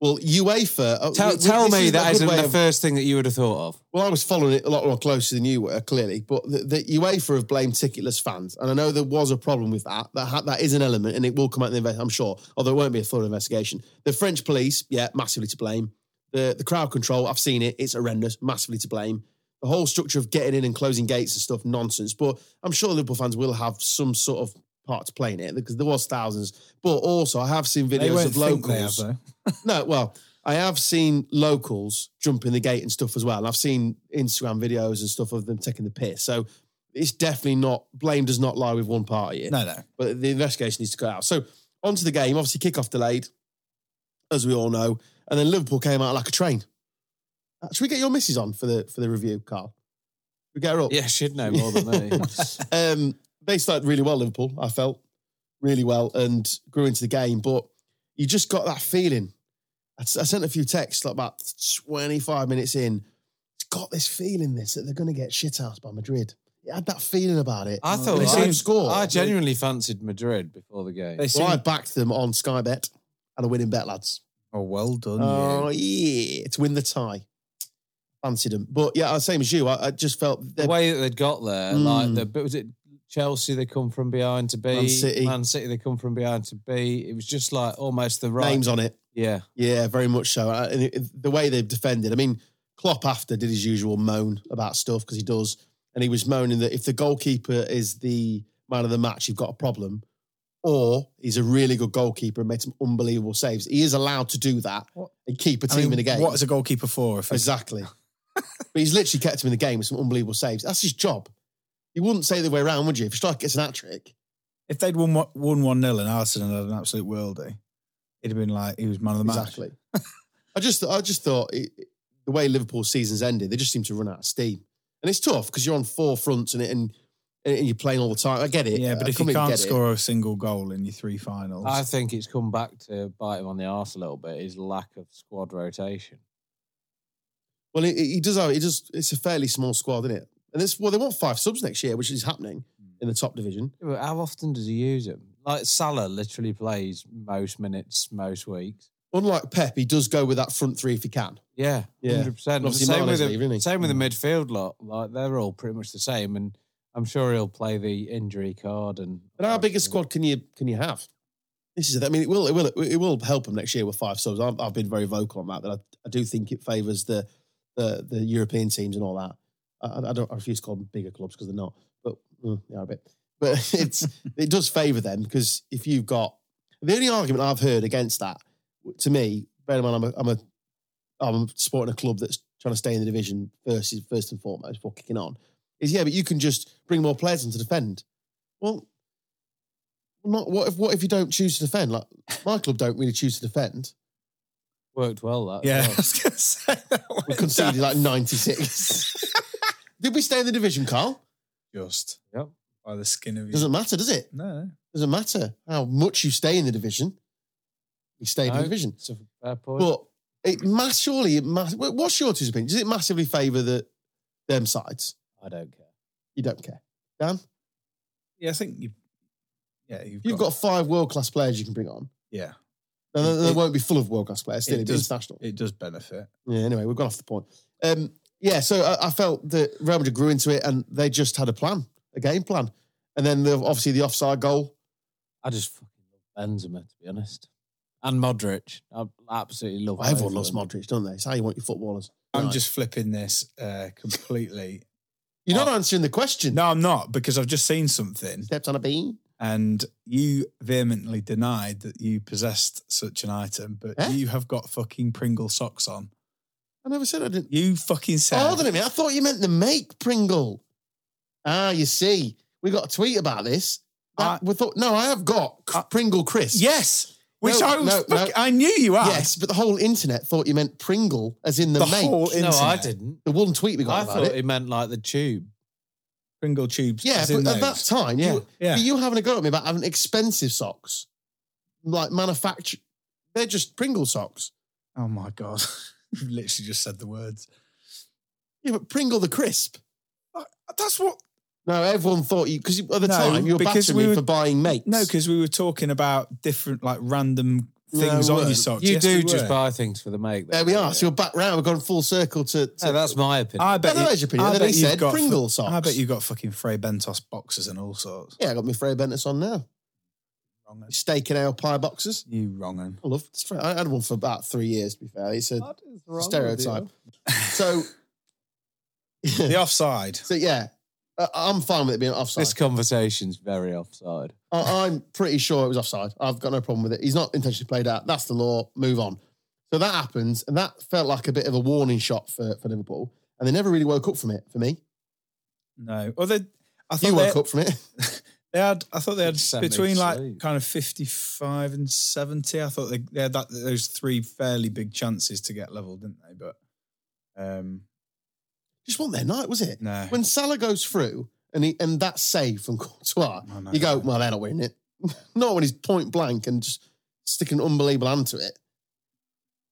S1: well, UEFA. oh,
S5: Tell,
S1: we- we-
S5: tell
S1: this
S5: me
S1: is a
S5: that
S1: good
S5: isn't
S1: way
S5: the
S1: of-
S5: first thing that you would have thought of.
S1: Well, I was following it a lot more closely than you were, clearly. But the, the UEFA have blamed ticketless fans, and I know there was a problem with that. That ha- that is an element, and it will come out in the invest. I'm sure, although it won't be a full investigation. The French police, yeah, massively to blame. The the crowd control, I've seen it. It's horrendous, massively to blame. The whole structure of getting in and closing gates and stuff, nonsense. But I'm sure Liverpool fans will have some sort of part to play in it because there was thousands. But also, I have seen
S4: They
S1: videos
S4: won't
S1: of
S4: think they have,
S1: locals.
S4: though.
S1: No, well, I have seen locals jump in the gate and stuff as well. I've seen Instagram videos and stuff of them taking the piss. So it's definitely not blame does not lie with one party. here.
S4: No, no.
S1: But the investigation needs to go out. So onto the game. Obviously, kickoff delayed, as we all know, and then Liverpool came out like a train. Uh, Should we get your missus on for the for the review, Carl? Should We get her up.
S5: Yeah, she'd know more than
S1: <laughs>
S5: me.
S1: Um, they started really well, Liverpool, I felt really well and grew into the game. But you just got that feeling. I, s- I sent a few texts like about 25 minutes in. It's got this feeling this that they're going to get shit out by Madrid. It had that feeling about it.
S5: I thought
S1: they
S5: I-
S1: don't score.
S5: I genuinely fancied Madrid before the game.
S4: They
S1: well, I
S4: seem,
S1: backed them on Sky Bet and a winning bet, lads.
S4: oh, well done.
S1: Oh,
S4: you.
S1: yeah. To win the tie. Fancied them. But yeah, same as you. I, I just felt
S5: the
S1: they're
S5: way that they'd got there,
S1: Mm.
S5: like the but was it Chelsea they come from behind to beat,
S1: Man City.
S5: Man City they come from behind to beat. It was just like almost the right,
S1: names on it.
S5: yeah,
S1: Yeah, very much so. Uh, And it- the way they've defended, I mean, Klopp after did his usual moan about stuff because he does, and he was moaning that if the goalkeeper is the man of the match, you've got a problem, or he's a really good goalkeeper and made some unbelievable saves. He is allowed to do that
S4: What?
S1: and keep a
S4: I
S1: team
S4: mean,
S1: in a game.
S4: What is a goalkeeper for? If it's, <laughs>
S1: exactly. but he's literally kept him in the game with some unbelievable saves. That's his job. You wouldn't say the way around, would you? If a striker gets an hat trick,
S4: if they'd won one- won one 0 and Arsenal had an absolute worldie, it'd have been like he was man of the match.
S1: Exactly. <laughs> I just, I just thought it, it- the way Liverpool season's ended, they just seem to run out of steam, and it's tough because you're on four fronts and it, and, and you're playing all the time. I get it.
S4: Yeah,
S1: I
S4: but if you
S1: completely
S4: can't
S1: get it.
S4: score a single goal in your three finals,
S5: I think it's come back to bite him on the arse a little bit. His lack of squad rotation.
S1: well, it, it, he does. Have, he does. It's a fairly small squad, isn't it? And it's well, they want five subs next year, which is happening in the top division.
S5: Yeah, but How often does he use him? Like Salah literally plays most minutes, most weeks.
S1: Unlike Pep, he does go with that front three if he can.
S5: Yeah,
S1: Yeah.
S5: hundred percent.
S1: Obviously
S5: Same with
S1: Mane's
S5: the
S1: leaving, isn't he?
S5: same
S1: Hmm.
S5: with the midfield lot. Like they're all pretty much the same, and I'm sure he'll play the injury card. And
S1: But how big a squad can you can you have? This is. I mean, it will it will it will help them next year with five subs. I've, I've been very vocal on that. That I, I do think it favours the, the the European teams and all that. I, I don't. I refuse to call them bigger clubs because they're not. But mm, they are a bit. But <laughs> it's it does favour them because if you've got the only argument I've heard against that to me, bear in mind I'm a, I'm a I'm supporting a club that's trying to stay in the division first first and foremost before kicking on is yeah, but you can just bring more players in to defend. Well, not what if what if you don't choose to defend? Like my club don't really choose
S4: <laughs>
S1: to defend.
S5: worked well. That as
S4: <laughs> yeah,
S5: well.
S4: I was gonna say that
S1: We
S4: went
S1: conceded
S4: down.
S1: like ninety six.
S4: <laughs>
S1: Did we stay in the division, Carl?
S4: just
S5: Yep.
S4: by the skin of your.
S1: Doesn't matter, does it?
S4: No, no.
S1: Doesn't matter how much you stay in the division. We stay in the
S5: No.
S1: division,
S5: It's a fair point.
S1: but it mass surely it mass. What's your two opinion? Does it massively favour the them sides?
S5: I don't care.
S1: You don't care.
S4: Yeah, I think you. Yeah, you've,
S1: You've got five world class players you can bring on.
S4: Yeah,
S1: And they- they
S4: It-
S1: won't be full of world class players. Still,
S4: it
S1: it'd be
S4: does-
S1: international.
S4: it does benefit.
S1: Yeah, anyway, we've gone off the point. Um, yeah, so I, I felt that Real Madrid grew into it and they just had a plan, a game plan. And then the, obviously the offside goal.
S5: I just fucking love Benzema to be honest, and Modric. I absolutely love.
S1: Well, everyone
S5: both
S1: loves
S5: of them.
S1: Modric, don't they? It's how you want your footballers.
S4: I'm
S1: Right.
S4: just flipping this uh, completely.
S1: You're not answering the question.
S4: No, I'm not because I've just seen something,
S1: Stepped on a bean.
S4: and you vehemently denied that you possessed such an item, but
S1: Eh?
S4: you have got fucking Pringle socks on.
S1: I never said I didn't.
S4: You fucking said.
S1: Oh, hold on a minute. I thought you meant the make Pringle. Ah, you see, we got a tweet about this. That- we thought, no, I have got C-
S4: I-
S1: Pringle Chris.
S4: Yes, which
S1: No,
S4: I was.
S1: no,
S4: fuck-
S1: no.
S4: I knew you had.
S1: Yes, but the whole internet thought you meant Pringle, as in the,
S4: the
S1: make.
S4: whole internet.
S5: No, I didn't.
S1: the one tweet we got
S5: I
S1: about
S5: thought
S1: it.
S5: it. meant like the tube.
S4: Pringle tubes.
S1: Yeah,
S4: as in
S1: but at that
S4: those.
S1: time,
S5: Yeah.
S1: you,
S4: Yeah.
S1: but you were having a go at me about having expensive socks, like manufacture. They're just Pringle socks.
S4: Oh my
S1: <laughs>
S4: god, you have literally just said the words.
S1: Yeah, but Pringle the crisp.
S4: That's what.
S1: No, everyone thought you because at the
S4: No,
S1: time you were
S4: because
S1: battering
S4: we
S1: me
S4: were-
S1: for buying mates.
S4: No, because we were talking about different, like random things
S1: No, Oh, we
S4: on your
S1: weren't.
S4: socks.
S5: You
S4: Yes,
S5: do
S4: we
S5: just
S4: were.
S5: buy things for the make.
S1: there we are. So you're back round. We've gone full circle to. to
S5: No, that's my opinion.
S4: I bet.
S1: No,
S4: you-
S1: that's your opinion.
S4: I
S1: Then
S4: bet
S1: he
S4: you've
S1: said
S4: got
S1: Pringle
S4: I
S1: socks.
S4: bet you got fucking Frey Bentos boxes and all sorts.
S1: yeah, I got my Frey Bentos on now.
S4: Wrong'un.
S1: steak and ale pie boxes.
S4: You wrong'un.
S1: I love. I had one for about three years. To be fair,
S4: <laughs>
S1: it's a
S5: What is wrong
S1: stereotype.
S5: With
S1: so. <laughs>
S4: The offside.
S1: so yeah, I- I'm fine with it being
S5: you?
S1: offside.
S5: This conversation's very offside.
S1: I, I'm pretty sure it was offside. I've got no problem with it. He's not intentionally played out. That's the law. Move on. So that happens, and that felt like a bit of a warning shot for, for Liverpool, and they never really woke up from it. For me,
S4: No. Well, they, I thought
S1: you
S4: they,
S1: woke up from it. <laughs>
S4: they had. I thought they had
S5: Just sent me to
S4: between like
S5: sleep.
S4: kind of fifty-five and seventy. I thought they, they had that those three fairly big chances to get level, didn't they? But um,
S1: Just wasn't their night, was it?
S4: no.
S1: When Salah goes through and he, and that save from <laughs> Courtois,
S4: I know.
S1: you go, well, they're not winning it. <laughs> not when he's point blank and just sticking an unbelievable hand to it.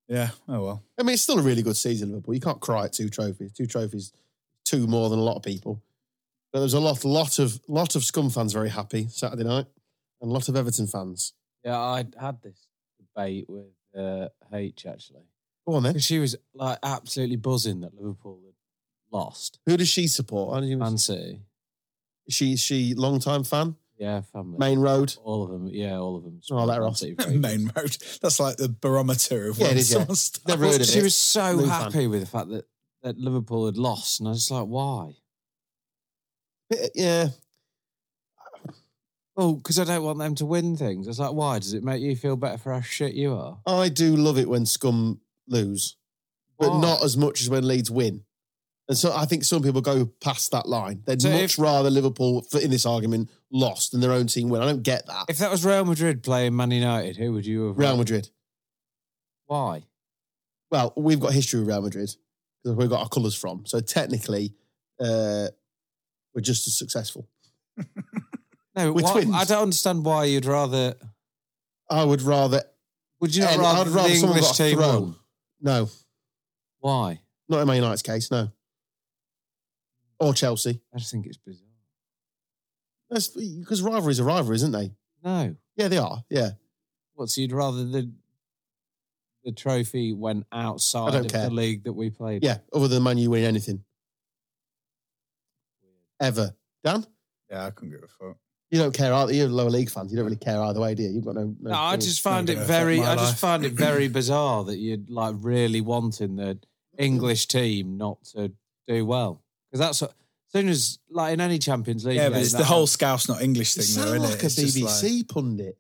S4: Yeah. Oh
S1: <laughs>
S4: well.
S1: I mean, it's still a really good season, Liverpool. You can't cry at two trophies. Two trophies, two more than a lot of people. But there was a lot, lot of, lot of Scum fans very happy Saturday night, and a lot of Everton fans.
S5: Yeah, I had this debate with uh, H actually.
S1: Go on then.
S5: Because she was like absolutely buzzing that Liverpool had lost.
S1: Who does she support? I don't even-
S5: Man City.
S1: She, she, long time fan.
S5: Yeah, family.
S1: Main road.
S5: All of them. Yeah, all of them.
S1: Oh, let her
S5: Man
S1: off.
S5: City favourites.
S4: Main road. That's like the barometer of
S1: Yeah, it
S4: when
S1: is, yeah.
S4: someone's
S1: Never heard of
S5: She
S1: it.
S5: was so
S1: Lou fan.
S5: happy with the fact that, that Liverpool had lost. And I was like, why?
S1: Bit- Yeah,
S5: Oh, because I don't want them to win things. I was like, why? Does it make you feel better for how shit you are?
S1: I do love it when Scum lose, but
S5: Why?
S1: not as much as when Leeds win. And so I think some people go past that line. They'd
S5: So
S1: much
S5: if-
S1: rather Liverpool, for- in this argument, lost than their own team win. I don't get that.
S5: If that was Real Madrid playing Man United, who would you have?
S1: Real
S5: voted?
S1: Madrid.
S5: Why?
S1: well, we've got history with Real Madrid because we've got our colours from. So technically, uh, we're just as successful.
S5: No,
S1: We're
S5: why-
S1: twins.
S5: I don't understand why you'd rather.
S1: I would rather
S5: Would you not
S1: And
S5: rather,
S1: I'd rather
S5: the
S1: someone
S5: English
S1: got a
S5: team
S1: throw.
S5: won?
S1: no,
S5: Why?
S1: not in Man United's case, no, or Chelsea.
S5: I just think it's bizarre.
S1: That's because rivalries are rivalry, isn't they?
S5: No.
S1: Yeah, they are. Yeah,
S5: What? So you'd rather the the trophy went outside
S1: don't
S5: of
S1: care.
S5: the league that we played?
S1: yeah. Other than Man U winning anything ever, Dan.
S4: <laughs> Yeah, I couldn't give a fuck.
S1: You don't care either. You're a lower league fans. You don't really care either way, do you? You've got no.
S5: No, I just
S4: not
S5: find it
S4: gonna affect
S5: very.
S4: my
S5: I just
S4: life.
S5: find
S1: <clears throat>
S5: it very bizarre that you'd like really wanting the English team not to do well because that's what, as soon as like in any Champions League.
S4: Yeah,
S5: game,
S4: but it's the
S5: that-
S4: whole Scouse not English
S1: You
S4: thing, though,
S1: sound
S4: isn't
S1: like
S4: it?
S1: a
S4: It's just
S1: BBC pundit.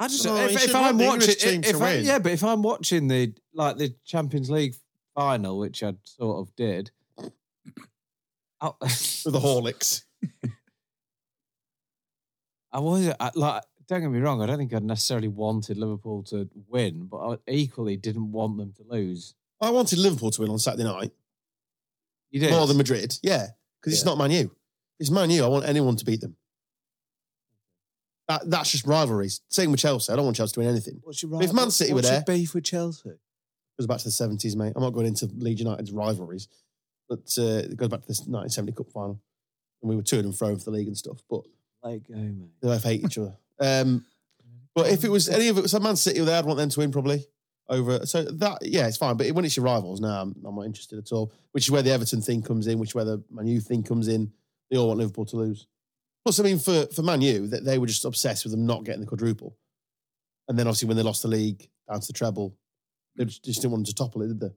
S5: I just
S1: No, Oh, you
S5: if,
S1: should
S5: if
S1: want
S5: I'm
S1: the
S5: watching,
S1: English team
S5: if
S1: to
S5: I-
S1: win.
S5: yeah, but if I'm watching the like the Champions League final, which I sort of did. <coughs> I,
S1: <laughs> With the Horlicks.
S5: I was I, like, don't get me wrong. I don't think I necessarily wanted Liverpool to win, but I equally didn't want them to lose.
S1: I wanted Liverpool to win on Saturday night.
S5: You did
S1: more than Madrid. Yeah, because it's
S5: Yeah.
S1: not Man U. It's Man U. I want anyone to beat them. That, that's just rivalries. Same with Chelsea. I don't want Chelsea to win anything.
S5: What's your
S1: But if Man City were
S5: what's your
S1: there-
S5: beef with Chelsea?
S1: It goes back to the seventies, mate. I'm not going into Leeds United's rivalries, but uh, it goes back to this 1970 Cup final, and we were to and fro for the league and stuff. But
S5: Let go, oh, mate.
S1: they both hate each other. Um, but if it was any of it, so Man City, were there, I'd want them to win probably over. So that, yeah, it's fine. But when it's your rivals, no, I'm, I'm not interested at all. Which is where the Everton thing comes in, which is where the Man U thing comes in. They all want Liverpool to lose. Plus, I mean, for for Man U, that they were just obsessed with them not getting the quadruple, and then obviously when they lost the league down to the treble, they just just didn't want them to topple it, did they?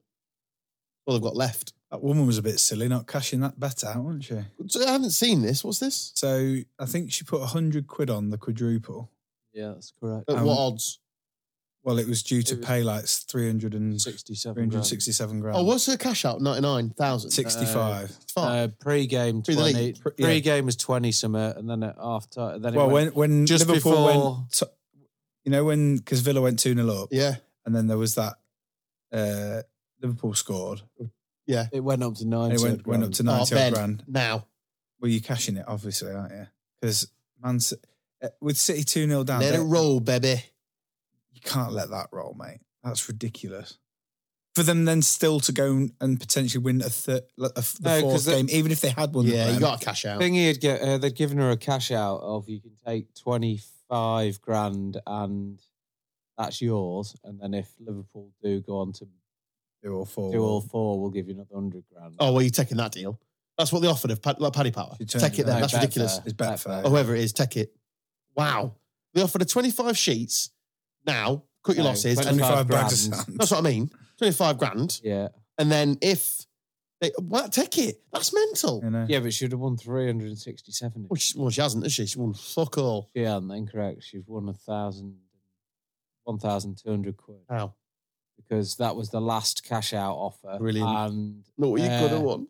S1: All they've got left.
S4: like- that woman was a bit silly not cashing that bet out, wasn't she?
S1: So I haven't seen this. What's this?
S4: So I think she put hundred quid on the quadruple.
S5: Yeah, that's correct.
S1: At
S4: Um,
S1: what odds?
S4: Well, it was due to
S5: It was-
S4: pay like 300 and,
S5: Sixty-seven. grand.
S4: 367 grand.
S1: Oh, what's her cash out? Ninety nine thousand.
S4: 65.
S5: Uh, pre-game
S1: Through the
S5: twenty.
S1: league.
S4: Pre- yeah.
S5: Pre-game was twenty summer, and then at half time. Then it
S4: well,
S5: went-
S4: when, when
S5: just
S4: Liverpool
S5: before-
S4: went, to- you know, when, because Villa went 2 0 up,
S1: Yeah,
S4: and then there was that, uh, Liverpool scored,
S1: yeah.
S5: it went up to nine.
S4: and it went, went up to 90
S1: Oh,
S4: odd
S1: Ben.
S4: grand.
S1: Now.
S4: Well, you're cashing it, obviously, aren't you? Because Man Ci- uh, with City 2 0 down,
S1: Let
S4: they-
S1: it roll, baby.
S4: you can't let that roll, mate. That's ridiculous. For them then still to go and potentially win a, thir- a f- the
S5: No, 'cause
S4: fourth
S5: they-
S4: game, even if they had won.
S1: Yeah,
S4: the
S1: you got to cash out.
S5: Thing he'd get, uh, they'd given her a cash out of you can take twenty-five grand, and that's yours. And then if Liverpool do go on to
S4: two or four.
S5: do all four, we'll give you another hundred grand.
S1: Oh, well, you're taking that deal. That's what they offered of pad- like Paddy Power.
S4: You turn
S1: Take it
S4: it
S1: then.
S4: down.
S1: That's ridiculous.
S4: It's Betfair.
S1: Or whoever it is, take it. Wow. They offered her 25 sheets now, cut your
S5: No,
S1: losses. And
S5: 25
S4: 25 bags of
S5: grand.
S4: sand.
S1: <laughs> that's what I mean. 25 grand.
S5: Yeah.
S1: And then if they, well, take it. That's mental.
S4: You know?
S5: Yeah, but she'd have won 367.
S1: Well, she, well, she hasn't, has she? She won fuck all.
S5: She hasn't, incorrect. She's won a thousand, 1,200 quid
S1: How?
S5: because that was the last cash out offer.
S1: Brilliant.
S5: And
S1: Not what you
S5: Uh,
S1: could have won.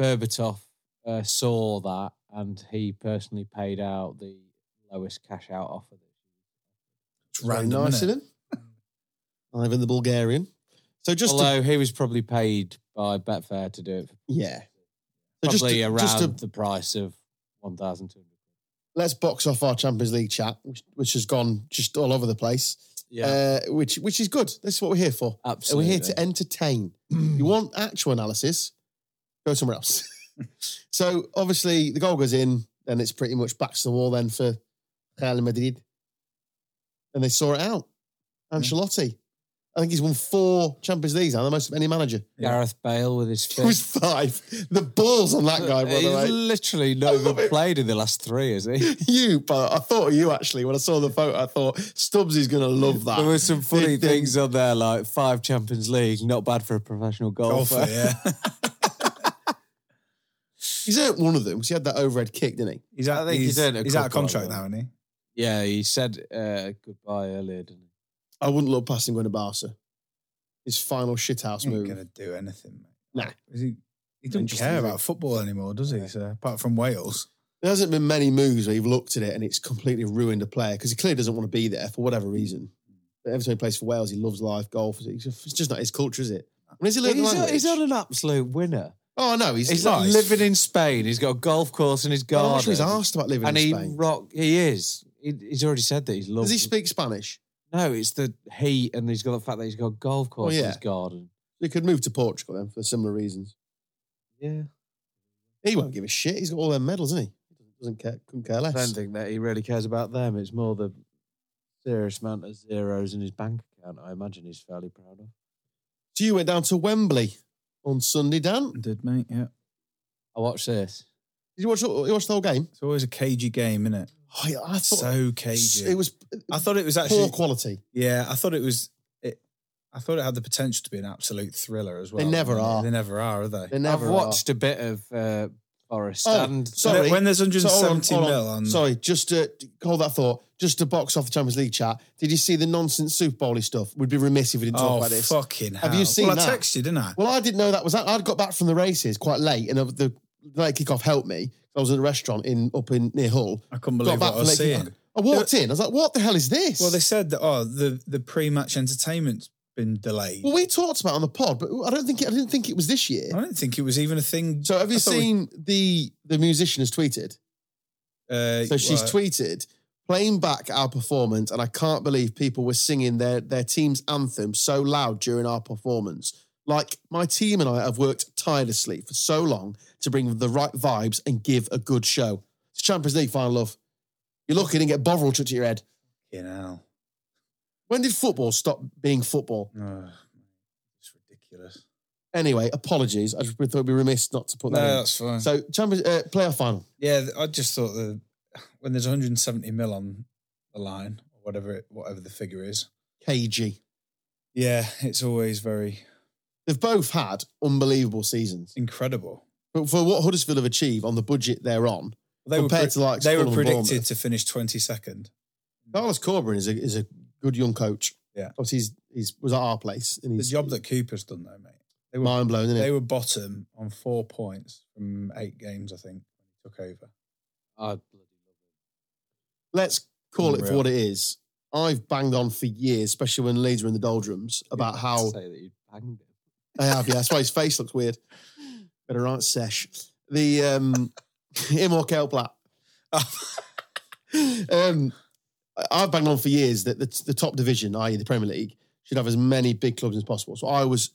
S5: Berbatov uh, saw that and he personally paid out the lowest cash out offer.
S4: It's
S1: Very
S4: random,
S1: nice
S4: isn't
S1: of
S4: it?
S1: him. Ivan the Bulgarian. So just to-
S5: Although he was probably paid by Betfair to do it,
S1: yeah. So just
S5: probably
S1: to-
S5: around
S1: just to-
S5: the price of 1,200.
S1: let's box off our Champions League chat, which, which has gone just all over the place. Uh, which which is good. This is what we're here for.
S5: absolutely.
S1: We're here
S5: <clears throat>
S1: to entertain. you want actual analysis? Go somewhere else. <laughs> so obviously the goal goes in, and it's pretty much back to the wall then for Real Madrid, and they saw it out. Ancelotti, I think he's won four Champions Leagues now, the most of any manager.
S5: Gareth Bale with his
S1: It was
S5: fist.
S1: five. The balls
S5: <laughs>
S1: on that guy, by
S5: He's
S1: the way.
S5: literally not
S1: I love
S5: even
S1: it.
S5: played in the last three, is he?
S1: <laughs> You, but I thought of you actually when I saw the photo. I thought Stubbs is going to love that.
S5: There were some funny
S1: Did- did-
S5: things on there, like five Champions League, not bad for a professional golfer.
S4: Golfer, yeah.
S1: He's earned one of them because he had that overhead kick, didn't he?
S4: <laughs> He's out,
S5: I think he's
S4: he's,
S5: earned a
S4: he's out of
S5: couple,
S4: contract
S5: though.
S4: now, isn't he?
S5: Yeah, he said uh, goodbye earlier, didn't he?
S1: I wouldn't look past him going to Barca. His final shithouse
S4: He ain't
S1: move.
S4: going to do anything, mate.
S1: Nah.
S4: Is he, he doesn't
S1: Interesting,
S4: care
S1: isn't
S4: about football anymore, does he? So, apart from Wales.
S1: There hasn't been many moves where you've looked at it and it's completely ruined a player because he clearly doesn't want to be there for whatever reason. But every time he plays for Wales, he loves live golf. It's just it's just not his culture, is it? I mean, is he learning
S5: He's,
S1: the
S5: he's
S1: language?
S5: on an absolute winner.
S1: Oh, no, he's,
S5: He's, like
S1: nice.
S5: living in Spain. He's got a golf course in his
S1: I'm not
S5: garden.
S1: sure he's asked about living
S5: and
S1: in
S5: he
S1: Spain.
S5: rock. He is. He, he's already said that he's
S1: Does
S5: loves.
S1: he speak Spanish?
S5: No, it's the he, and he's got the fact that he's got a golf course in
S1: Oh, yeah.
S5: his garden.
S1: He could move to Portugal then for similar reasons.
S5: Yeah,
S1: He won't give a shit. He's got all their medals, isn't he? Doesn't care, couldn't care
S5: I don't
S1: less.
S5: think that he really cares about them. It's more the serious amount of zeros in his bank account. I imagine he's fairly proud of.
S1: So you went down to Wembley on Sunday, Dan. Did
S4: Did, mate, yeah.
S5: I watched this.
S1: you watch, you watch the whole game?
S4: It's always a cagey game, isn't it?
S1: Oh, yeah, I thought
S4: So cagey.
S1: it was
S4: I thought it was
S1: poor
S4: actually.
S1: quality.
S4: Yeah, I thought it was. It, I thought it had the potential to be an absolute thriller as well.
S1: never are.
S4: They never are, are they?
S1: They never
S5: I've
S1: are.
S5: watched a bit of uh, Forest
S1: Oh,
S5: and
S1: so- sorry.
S4: When there's
S1: So hold
S4: 170
S1: hold
S4: mil on.
S1: Sorry, just to hold that thought. Just to box off the Champions League chat. Did you see the nonsense Super Bowly stuff? We'd be remiss if we didn't talk
S4: Oh,
S1: about this.
S4: fucking hell.
S1: Have you seen
S4: Well, I
S1: that?
S4: texted you, didn't I?
S1: Well, I didn't know that was that. I'd got back from the races quite late, and the the late kickoff helped me. I was in a restaurant in up in near Hull.
S4: I couldn't
S1: Got
S4: believe
S1: back
S4: what I was
S1: from late
S4: seeing.
S1: kickoff. I walked in. I was like, "What the hell is this?"
S4: Well, they said that oh, the the pre match entertainment's been delayed.
S1: Well, we talked about it on the pod, but I don't think it, I didn't think it was this year.
S4: I don't think it was even a thing.
S1: So, have you
S4: I thought we-
S1: seen the the musician has tweeted?
S4: Uh,
S1: So she's
S4: well,
S1: tweeted, playing back our performance, and I can't believe people were singing their, their team's anthem so loud during our performance. Like, my team and I have worked tirelessly for so long to bring the right vibes and give a good show. It's Champions League final, love. You're lucky and get Bovril chucked at your head.
S4: You know,
S1: When did football stop being football?
S4: Ugh, it's ridiculous.
S1: Anyway, apologies. I just thought it'd be remiss not to put that
S4: No,
S1: in.
S4: that's fine.
S1: So, Champions uh, playoff final.
S4: yeah, th- I just thought that when there's 170 mil on the line, or whatever it, whatever the figure is,
S1: KG.
S4: yeah, it's always very
S1: They've both had unbelievable seasons.
S4: incredible.
S1: But for what Huddersfield have achieved on the budget they're on,
S4: They
S1: Compared
S4: were
S1: to, like,
S4: they were
S1: Fulham and
S4: predicted
S1: Bournemouth.
S4: to finish 22nd.
S1: Carlos Corbin is a is a good young coach.
S4: Yeah.
S1: obviously he's he's was at our place and
S4: The
S1: he's
S4: job that Cooper's done though, mate. They were
S1: mind blown, isn't
S4: they
S1: it?
S4: were bottom on four points from eight games, I think. when he Took over.
S5: I bloody
S1: Let's call it for
S4: Unreal.
S1: what it is. I've banged on for years, especially when Leeds were in the doldrums, about how
S5: love to say that you banged him.
S1: I have. Yeah, that's why his face looks weird. Better aren't sesh. The um, <laughs> him or Kel Platt. <laughs> um, I- I've banged on for years that the, the top division, i.e., the Premier League, should have as many big clubs as possible. So I was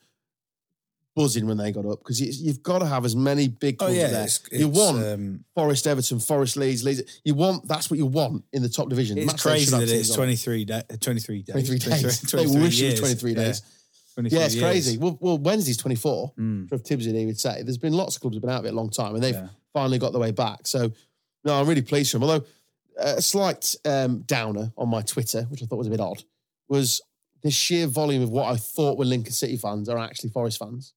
S1: buzzing when they got up because you've got to have as many big
S4: Oh
S1: clubs
S4: yeah,
S1: there.
S4: it's,
S1: you
S4: it's,
S1: want
S4: um,
S1: Forest, Everton, Forest, Leeds, Leeds. You want that's what you want in the top division.
S4: it's
S1: Match day
S4: crazy
S1: should have
S4: that
S1: teams
S4: it's
S1: on.
S4: 23, da- 23 days.
S1: 23
S4: <laughs>
S1: days. they
S4: 23
S1: wish it was
S4: years.
S1: 23 days.
S4: Yeah, 23
S1: Yeah, it's
S4: years.
S1: crazy. Well, well, Wednesday's 24.
S4: Mm,
S1: Trev Tibbs in here would say there's been lots of clubs that have been out of it a long time and they've
S4: yeah.
S1: finally got their way back. So, no, I'm really pleased for him. Although a slight um, downer on my Twitter, which I thought was a bit odd, was the sheer volume of what I thought were Lincoln City fans are actually Forest fans.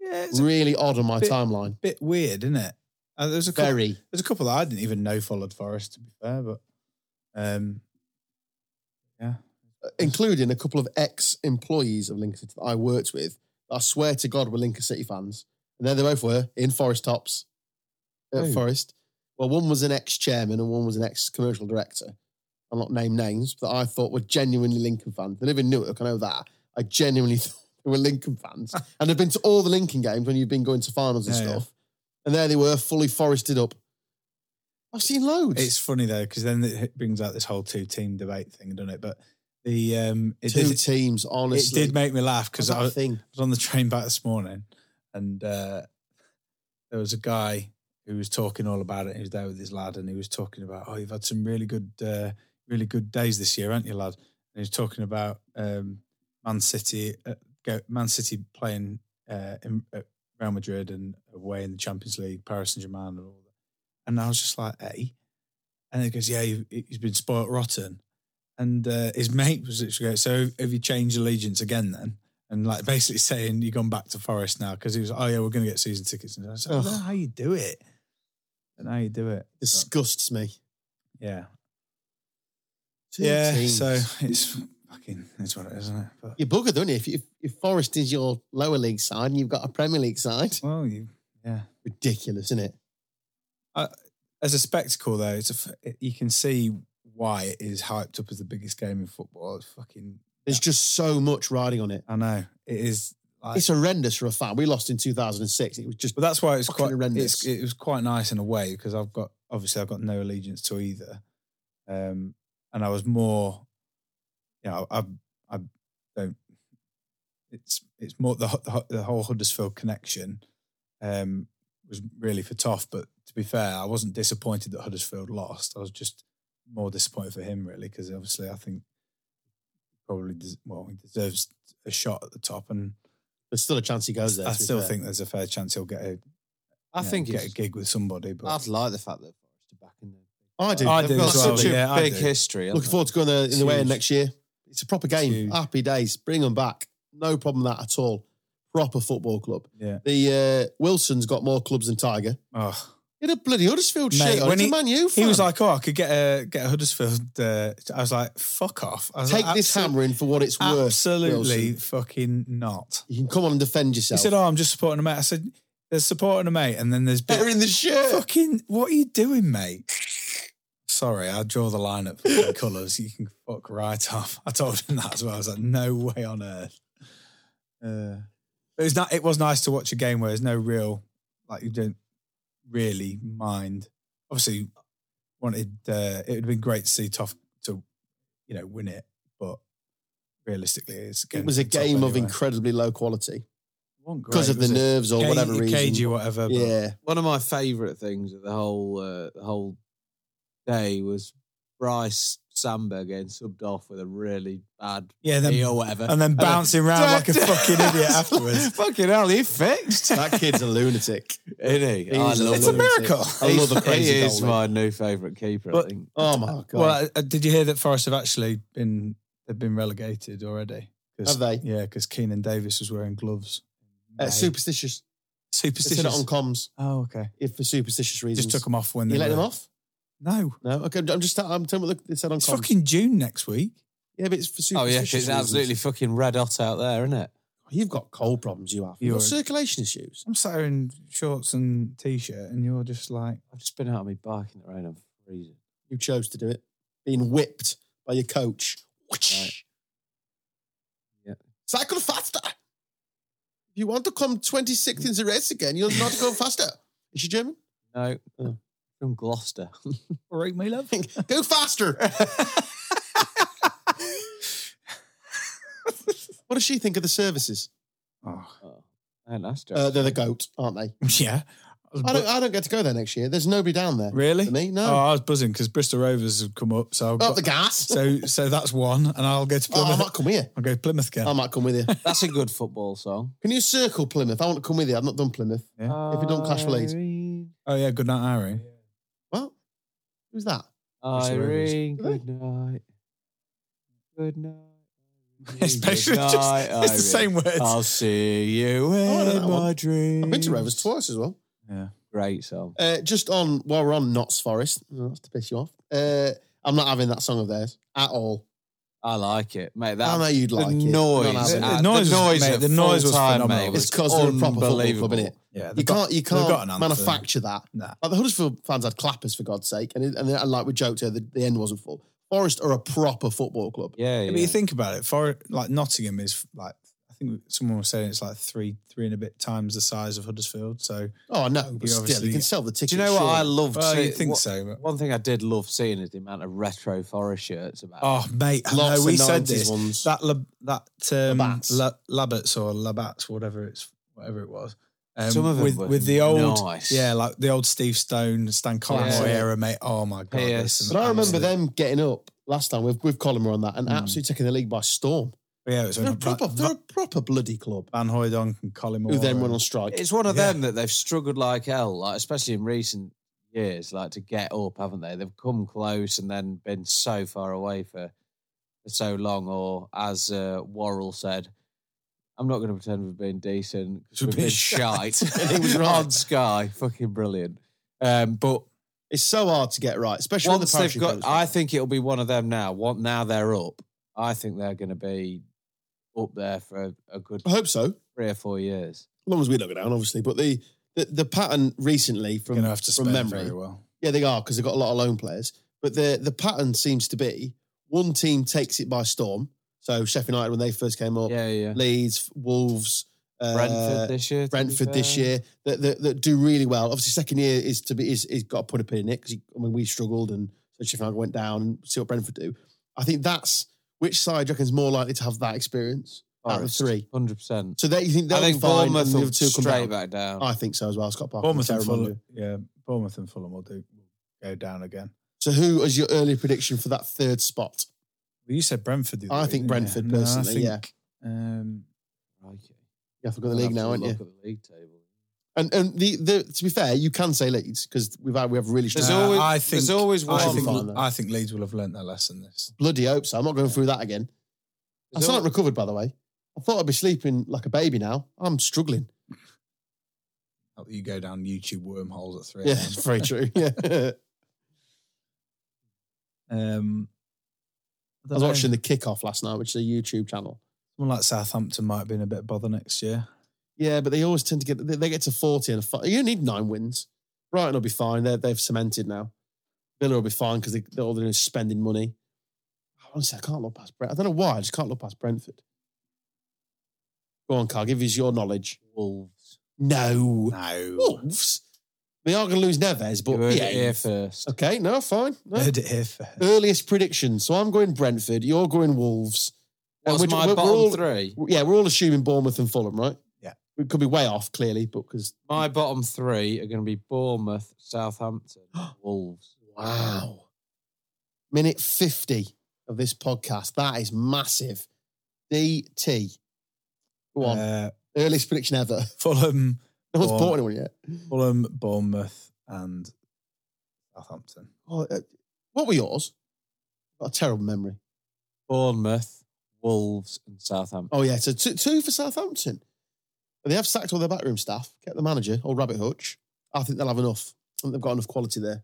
S4: Yeah, it's a
S1: really odd on my
S4: bit-
S1: timeline.
S4: bit weird, isn't it? Uh, there's a couple,
S1: Very.
S4: there's a couple that I didn't even know followed Forest to be fair, but um,
S1: including a couple of ex-employees of Lincoln City that I worked with. I swear to God, were Lincoln City fans, and then they both were in Forest Tops at
S5: Who?
S1: Forest. Well, one was an ex-chairman and one was an ex-commercial director. I'll not name names, but I thought were genuinely Lincoln fans. They live in Newark, I know that. I genuinely <laughs> thought they were
S4: <laughs>
S1: Lincoln fans, and they've been to all the Lincoln games when you've been going to finals and
S4: Yeah, yeah.
S1: stuff. And there they were, fully forested up. I've seen loads.
S4: It's funny though because then it brings out this whole two team debate thing, doesn't it? But the um, it
S1: two
S4: did,
S1: teams,
S4: it
S1: honestly.
S4: did make me laugh because
S1: What's
S4: I
S1: that
S4: was,
S1: thing.
S4: was on the <laughs> train back this morning, and uh, there was a guy who was talking all about it. He was there with his lad, and he was talking about, "Oh, you've had some really good, uh, really good days this year, haven't you, lad?" And he was talking about um, Man City, uh, go, Man City playing uh, in, at Real Madrid and away in the Champions League, Paris Saint Germain, and all that. And I was just like, "Hey," and he goes, "Yeah, he- he's been spoilt rotten." And uh, his mate was literally going, "So have you changed allegiance again then?" and like <laughs> basically saying you've gone back to Forest now because he was, oh yeah, we're going to get season tickets. And I said, I don't know
S1: Ugh.
S4: how you do it. I don't know how you do it. But,
S1: Disgusts me.
S4: yeah,
S1: Two
S4: yeah.
S1: teams.
S4: So it's fucking it's what it is, isn't it? But
S1: you're buggered, don't you? If, if, if Forest is your lower league side and you've got a Premier League side,
S4: well, you yeah.
S1: ridiculous, isn't it?
S4: As a spectacle though, it's a, f- it- you can see why it is hyped up as the biggest game in football. It's fucking
S1: There's just so much riding on it.
S4: I know it is. Like,
S1: It's horrendous for a fan. We lost in 2006. It was just
S4: But that's why it's
S1: Fucking
S4: quite
S1: horrendous.
S4: It's, it was quite nice in a way because I've got obviously I've got no allegiance to either, um, and I was more, you know, I I don't. It's it's more the hu- the, hu- the whole Huddersfield connection um, was really for Toff, but to be fair, I wasn't disappointed that Huddersfield lost. I was just more disappointed for him really because obviously I think probably des- well he deserves a shot at the top, and
S1: there's still a chance he goes there.
S4: I
S1: to be
S4: still
S1: fair.
S4: think there's a fair chance he'll get a
S5: I
S4: you know,
S5: think
S4: get
S5: it's,
S4: a gig with somebody. But
S5: I'd like the fact that Forest are back in there.
S1: I do.
S4: I
S1: They've
S4: do as
S1: got
S4: well,
S1: such a-
S4: yeah, I
S5: big
S4: do.
S5: history. haven't
S1: Looking forward to going there in
S4: It's
S1: the way
S4: huge.
S1: next year. It's a proper game.
S4: huge.
S1: Happy days. Bring them back. No problem with that at all. Proper football club.
S4: yeah.
S1: The uh, Wilson's got more clubs than Tiger.
S4: Oh.
S1: He had a bloody Huddersfield
S4: Mate,
S1: shirt on.
S4: when
S1: It's a
S4: he-
S1: Man U
S4: He was
S1: fan.
S4: like, "Oh, I could get a get a Huddersfield." Uh, I was like, "Fuck off!" I was
S1: take
S4: like,
S1: this
S4: "Absol-
S1: hammering for what it's worth.
S4: Absolutely
S1: Wilson.
S4: fucking not.
S1: You can come on and defend
S4: He
S1: yourself.
S4: said, "Oh, I'm just supporting a mate." I said, "There's supporting a mate, and then there's bit-
S1: They're in the shirt.
S4: fucking what are you doing, mate?" Sorry, I draw the line at fucking colours. You can fuck right off. I told him that as well. I was like, "No way on earth." Uh, it was not. It was nice to watch a game where there's no real, like you don't really mind. Obviously, wanted uh, it would have been great to see Toff to, you know, win it, but realistically, it's
S1: It was a game of incredibly low quality because of the nerves or whatever reason.
S4: cagey, whatever. but-
S1: yeah,
S5: one of my favourite things of the whole uh, the whole day was Bryce Sandberg getting subbed off with a really bad
S4: yeah, then-
S5: knee or whatever,
S4: and then bouncing around like
S1: <laughs>
S4: a fucking idiot afterwards.
S5: fucking hell, he fixed.
S1: that kid's a lunatic.
S5: Isn't he?
S1: He's
S5: I
S1: a
S5: love
S4: It's a
S5: him.
S1: lunatic.
S4: miracle.
S1: I love a
S5: He's-
S1: crazy
S5: <laughs> He is
S1: goalie.
S5: my new favourite keeper.
S4: But-
S5: I think.
S1: Oh my god!
S4: Well, uh, did you hear that Forest have actually been they've been relegated already? 'Cause-
S1: Have they?
S4: Yeah, because Keenan Davis was wearing gloves.
S1: Uh,
S4: Mate.
S1: superstitious. They said it
S4: superstitious.
S1: on comms
S4: oh, okay.
S1: if for superstitious reasons.
S4: Just took them off when they
S1: you let
S4: were-
S1: them off?
S4: No,
S1: No. Okay, I'm just I'm telling what they said on
S4: it's
S1: comms.
S4: fucking June next week.
S1: yeah, but it's for
S5: Oh yeah,
S1: superstitious.
S5: it's
S1: reasons.
S5: absolutely fucking red hot out there, isn't it?
S1: You've got cold problems. You have. You've
S4: You're-
S1: got circulation issues.
S4: I'm sat here in shorts and t-shirt, and you're just like,
S5: I've just been out on my bike in the rain. I'm freezing.
S1: You chose to do it. Being whipped by your coach.
S5: Right. Yeah.
S1: Cycle faster. If you want to come 26th in the race again, you'll not go faster. Is she German?
S5: No,
S1: Oh.
S5: from Gloucester.
S4: "All right, my love."
S1: <laughs> Go faster. what does she think of the services?
S4: oh, <laughs>
S5: oh, and that's
S1: Uh, they're the goat, aren't they?
S4: yeah. I was
S1: I
S4: bu-
S1: don't, I don't get to go there next year. There's nobody down there.
S4: really?
S1: For me, no.
S4: Oh, I was buzzing because Bristol Rovers have come up, so I've
S1: Up
S4: got,
S1: the gas.
S4: so so that's one, and I'll Oh. <laughs> go to
S1: Oh, I
S4: Plymouth.
S1: might come here.
S4: I'll go to Plymouth again.
S1: I might come with you.
S5: That's a good <laughs> football song.
S1: Can you circle Plymouth? I want to come with you. I've not done Plymouth.
S4: Yeah.
S1: If you don't clash for lead.
S5: Irene.
S4: oh yeah, good night, Harry.
S1: Well, who's that?
S4: That's the way it is.
S5: Irene,
S1: Do they?
S5: good night. Good
S4: <laughs>
S5: night.
S4: It's
S5: Irene,
S4: basically
S5: good
S4: just-
S5: night, Oh,
S4: it's the same words.
S5: I'll see you
S1: I know that
S5: in
S1: one.
S5: my dreams.
S1: I've been to Rovers twice as well.
S4: Yeah.
S5: Great song.
S1: Uh, just on while we're on Knott's Forest, oh, that's to piss you off. Uh, I'm not having that song of theirs at all.
S5: I like it, mate. That
S4: Oh,
S1: I know you'd like
S5: the
S1: it.
S5: noise,
S1: I'm not having
S4: The-
S5: uh,
S1: it.
S4: the noise was- mate,
S5: at
S4: the noise
S5: full
S4: was
S5: time,
S4: phenomenal.
S5: mate,
S1: It's
S5: was
S1: 'cause they're a proper football club,
S5: unbelievable.
S1: innit?
S4: Yeah.
S1: You
S4: they've got-
S1: can't, you
S4: they've got an
S1: can't
S4: anthem.
S1: manufacture that.
S4: Nah.
S1: Like the Huddersfield fans had clappers for God's sake, and it, and then, like we joked here, the, the end wasn't full. Forest are a proper football club.
S5: Yeah, yeah.
S4: I mean, you think about it. For like Nottingham is like I think someone was saying it's like three, three and a bit times the size of Huddersfield. So
S1: Oh no, but
S4: You
S1: still,
S4: obviously-
S1: you can sell the tickets.
S5: Do you know what I
S1: surely.
S5: loved?
S4: well,
S5: seeing-
S4: you think
S5: what-
S4: so? But,
S5: One thing I did love seeing is the amount of retro forest shirts about.
S4: oh, mate, I
S1: Lots
S4: know, we
S1: of
S4: said
S1: 90s
S4: this.
S1: ones.
S4: That lab, that um,
S1: Labats.
S4: La, Labats or Labats, whatever it's whatever it was. Um,
S5: Some of them
S4: with
S5: were
S4: with the old
S5: nice.
S4: yeah, like the old Steve Stone, Stan Collins
S5: Yeah.
S4: era, mate. Oh my god,
S5: Yes.
S4: there's some
S1: But I remember
S4: absolute-
S1: them getting up last time with with Colin were on that and
S4: Mm.
S1: absolutely taking the league by storm.
S4: Yeah, it was when
S1: They're a proper,
S4: Va-
S1: they're a proper bloody club.
S4: Van Hooydonk and Colin Moore.
S1: Who then
S4: and-
S1: went on strike?
S5: It's one of
S4: Yeah.
S5: them that they've struggled like hell, like especially in recent years, like to get up, haven't they? They've come close and then been so far away for, for so long. Or as uh, Worrell said, "I'm not going to pretend we've been decent because
S4: We've
S5: we've
S4: been
S1: <laughs>
S5: been shite."
S1: And he was <laughs> right.
S5: on Sky, fucking brilliant. Um, but
S1: It's so hard to get right, especially when the
S5: once they've
S1: parachute
S5: got,
S1: goes
S5: I
S1: up.
S5: think it'll be one of them now. What now they're up, I think they're going to be up there for a, a good
S1: I hope so. As
S5: three or four years.
S1: long as we don't go down, obviously. But the the, the pattern recently from
S4: Gonna have to
S1: from
S4: spend
S1: memory,
S4: very well.
S1: yeah, they are because they've got a lot of loan players. But the the pattern seems to be one team takes it by storm. So Sheffield United when they first came up,
S5: Yeah, yeah.
S1: Leeds, Wolves, uh,
S5: Brentford this year. to be
S1: Brentford this
S5: fair.
S1: year that, that that do really well. Obviously, second year is to be is, is got to put a pin in it because I mean we struggled and so Sheffield United went down and see what Brentford do. I think that's which side do you reckon is more likely to have that experience out of
S5: Forest.
S1: the three.
S5: Hundred percent.
S1: So that you think
S5: I
S1: they'll
S5: think
S1: be fine and
S5: Bournemouth
S1: the
S5: will
S1: other two come
S5: straight
S1: down.
S5: back down.
S1: I think so as well. Scott Parker.
S4: Bournemouth and
S1: terrible,
S4: Fulham.
S1: aren't
S4: Yeah, Bournemouth and Fulham will do will go down again.
S1: you? So who is your early prediction for that third spot?
S4: Well, you said Brentford. the other
S1: I
S4: week, didn't
S1: think
S4: you?
S1: Brentford,
S4: No, I
S1: personally,
S4: think,
S1: yeah.
S4: Um,
S5: Crikey.
S1: Yeah, I forgot the
S5: I'll
S1: league
S5: have to
S1: now, aren't
S5: look
S1: you?
S5: at the league table.
S1: And and the, the to be fair, you can say Leeds because we've had we have really
S5: There's
S1: strong.
S5: always-
S4: Uh, I
S5: there's
S4: think
S5: always
S4: I
S1: one.
S4: think,
S1: Fine, though.
S4: I think Leeds will have learnt their lesson. This
S1: bloody hope so. I'm not going through that again. I
S5: Is
S1: still not
S5: all-
S1: recovered, by the way. I thought I'd be sleeping like a baby now. I'm struggling.
S4: Not that you go down YouTube wormholes at three.
S1: Yeah, <laughs> it's very true.
S4: <laughs>
S1: Yeah. I
S4: Um, I
S1: was watching the kickoff last night, which is a YouTube channel.
S4: someone like Southampton might have been a bit of bother next year.
S1: Yeah, but they always tend to get they, they get to 40 and a fi- you need nine wins. Brighton will be fine. They're, they've cemented now. Villa will be fine because they, all they're doing is spending money. Honestly, I can't look past Brentford. I don't know why. I just can't look past Brentford. Go on, Carl. Give us your knowledge.
S5: Wolves.
S1: No.
S4: No,
S1: Wolves? They are going to lose Neves,
S5: You
S1: but
S5: heard it
S1: yeah.
S5: here first.
S1: Okay, no, fine. No.
S4: heard it here first.
S1: earliest prediction. So I'm going Brentford. You're going Wolves.
S5: What's
S1: we're-
S5: my
S1: we're- we're
S5: bottom
S1: all-
S5: three?
S1: Yeah, we're all assuming Bournemouth and Fulham, right?
S4: Yeah.
S1: We could be way off, clearly, but because
S5: My bottom three are going to be Bournemouth,
S1: <gasps>
S5: Southampton, Wolves.
S1: wow, minute fifty of this podcast that is massive. DT, go on,
S4: Uh,
S1: earliest prediction ever. <laughs>
S4: Fulham,
S1: No one's
S4: go on.
S1: bought anyone yet.
S4: Fulham, Bournemouth, and Southampton.
S1: Oh, uh, what were yours? Got a terrible memory.
S5: Bournemouth, Wolves, and Southampton.
S1: Oh yeah, so two, two for Southampton. But they have sacked all their backroom staff, kept the manager, old Rabbit Hutch. I think they'll have enough. I think they've got enough quality there.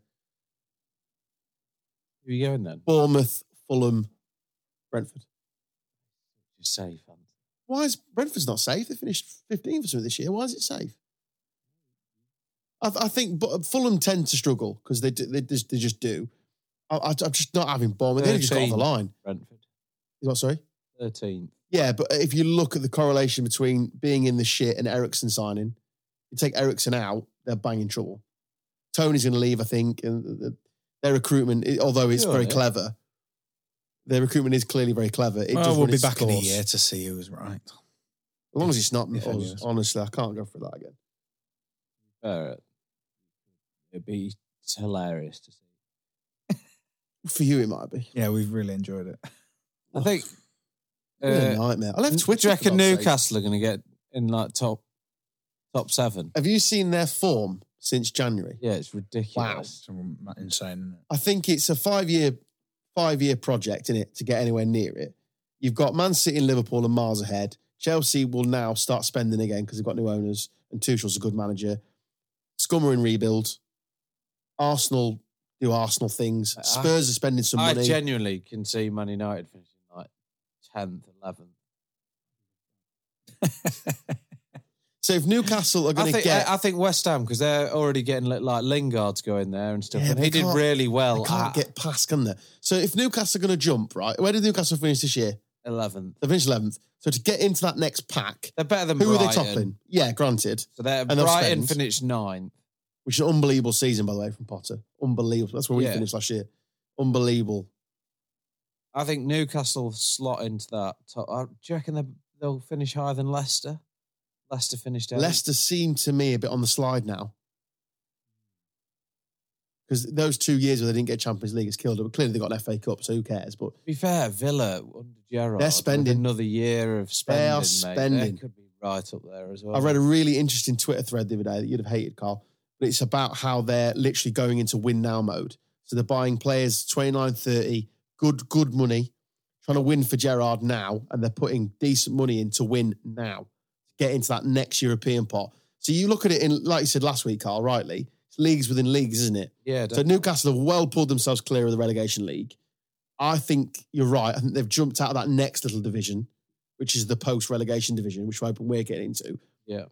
S5: Who are you going then?
S1: Bournemouth, Fulham, Brentford.
S5: You're safe. Ant.
S1: Why is Brentford's not safe? They finished 15th or something this year. Why is it safe? I, I think but Fulham tend to struggle because they, do- they just they just do. I, I, I'm just not having Bournemouth. They only just got off the
S5: 13.
S1: line.
S5: Brentford.
S1: Is What sorry?
S5: 13th.
S1: Yeah, but if you look at the correlation between being in the shit and Ericsson signing, you take Ericsson out, they're banging trouble. Tony's going to leave, I think, and th- th- their recruitment, i- although it's
S5: Sure,
S1: very
S5: yeah.
S1: clever, their recruitment is clearly very clever. It
S4: well,
S1: does
S4: we'll
S1: run
S4: be
S1: its
S4: back in a
S1: course.
S4: year to see who was right.
S1: As long as it's not
S4: If
S1: us,
S4: anyone.
S1: honestly, I can't go through that again.
S5: Barrett. It'd be hilarious to see.
S1: For you, it might be.
S4: Yeah, we've really enjoyed it.
S5: I think.
S1: What a
S5: uh,
S1: nightmare. I left Twitter.
S5: Do you
S1: for
S5: reckon
S1: God's sake.
S5: Newcastle are going to get in like top top seven?
S1: Have you seen their form since January.
S5: Yeah, it's ridiculous.
S4: It's insane, isn't it?
S1: I think it's a five year five year project in it to get anywhere near it. You've got Man City and Liverpool and miles ahead. Chelsea will now start spending again because they've got new owners and Tuchel's a good manager. Scum are in rebuild. Arsenal do Arsenal things.
S5: I-
S1: Spurs are spending some
S5: Ah. I
S1: money.
S5: genuinely can see Man United finishing like tenth, eleventh.
S1: so if Newcastle are
S5: I
S1: going to
S5: think
S1: get,
S5: I, I think West Ham because they're already getting li- like Lingard's going there and stuff,
S1: Yeah,
S5: and
S1: but
S5: he
S1: they
S5: did
S1: can't-
S5: really
S1: they
S5: well
S1: can't
S5: at
S1: get past, can they? So if Newcastle are going to jump, right? Where did Newcastle finish this year?
S5: eleventh.
S1: They finished eleventh. So to get into that next pack,
S5: They're better than
S1: who
S5: Brighton.
S1: are they toppling? Yeah, granted.
S5: So they're
S1: they'll
S5: Brighton
S1: spend.
S5: finished ninth.
S1: which is an unbelievable season, by the way, from Potter. Unbelievable. That's where we
S5: Yeah.
S1: finished last year. Unbelievable.
S5: I think Newcastle slot into that. Top. uh, Do you reckon they'll- they'll finish higher than Leicester? Leicester finished eighth.
S1: Leicester seem to me a bit on the slide now. Because those two years where they didn't get Champions League, it's killed them. Clearly, they got an FA Cup, so who cares? But
S5: To be fair, Villa under Gerrard,
S1: They're
S5: with
S1: spending.
S5: another year of spending.
S1: They are
S5: mate.
S1: spending.
S5: They could be right up there as well.
S1: I read a really interesting Twitter thread the other day that you'd have hated, Carl. But it's about how they're literally going into win now mode. So they're buying players 29, 30, good, good money, trying to win for Gerard now. And they're putting decent money in to win now, to get into that next European pot. So you look at it in, like you said last week, Carl, rightly, it's leagues within leagues, isn't it?
S5: yeah,
S1: So Newcastle have well pulled themselves clear of the relegation league. I think you're right. I think they've jumped out of that next little division, which is the post relegation division, which I hope we're getting into.
S5: Yeah.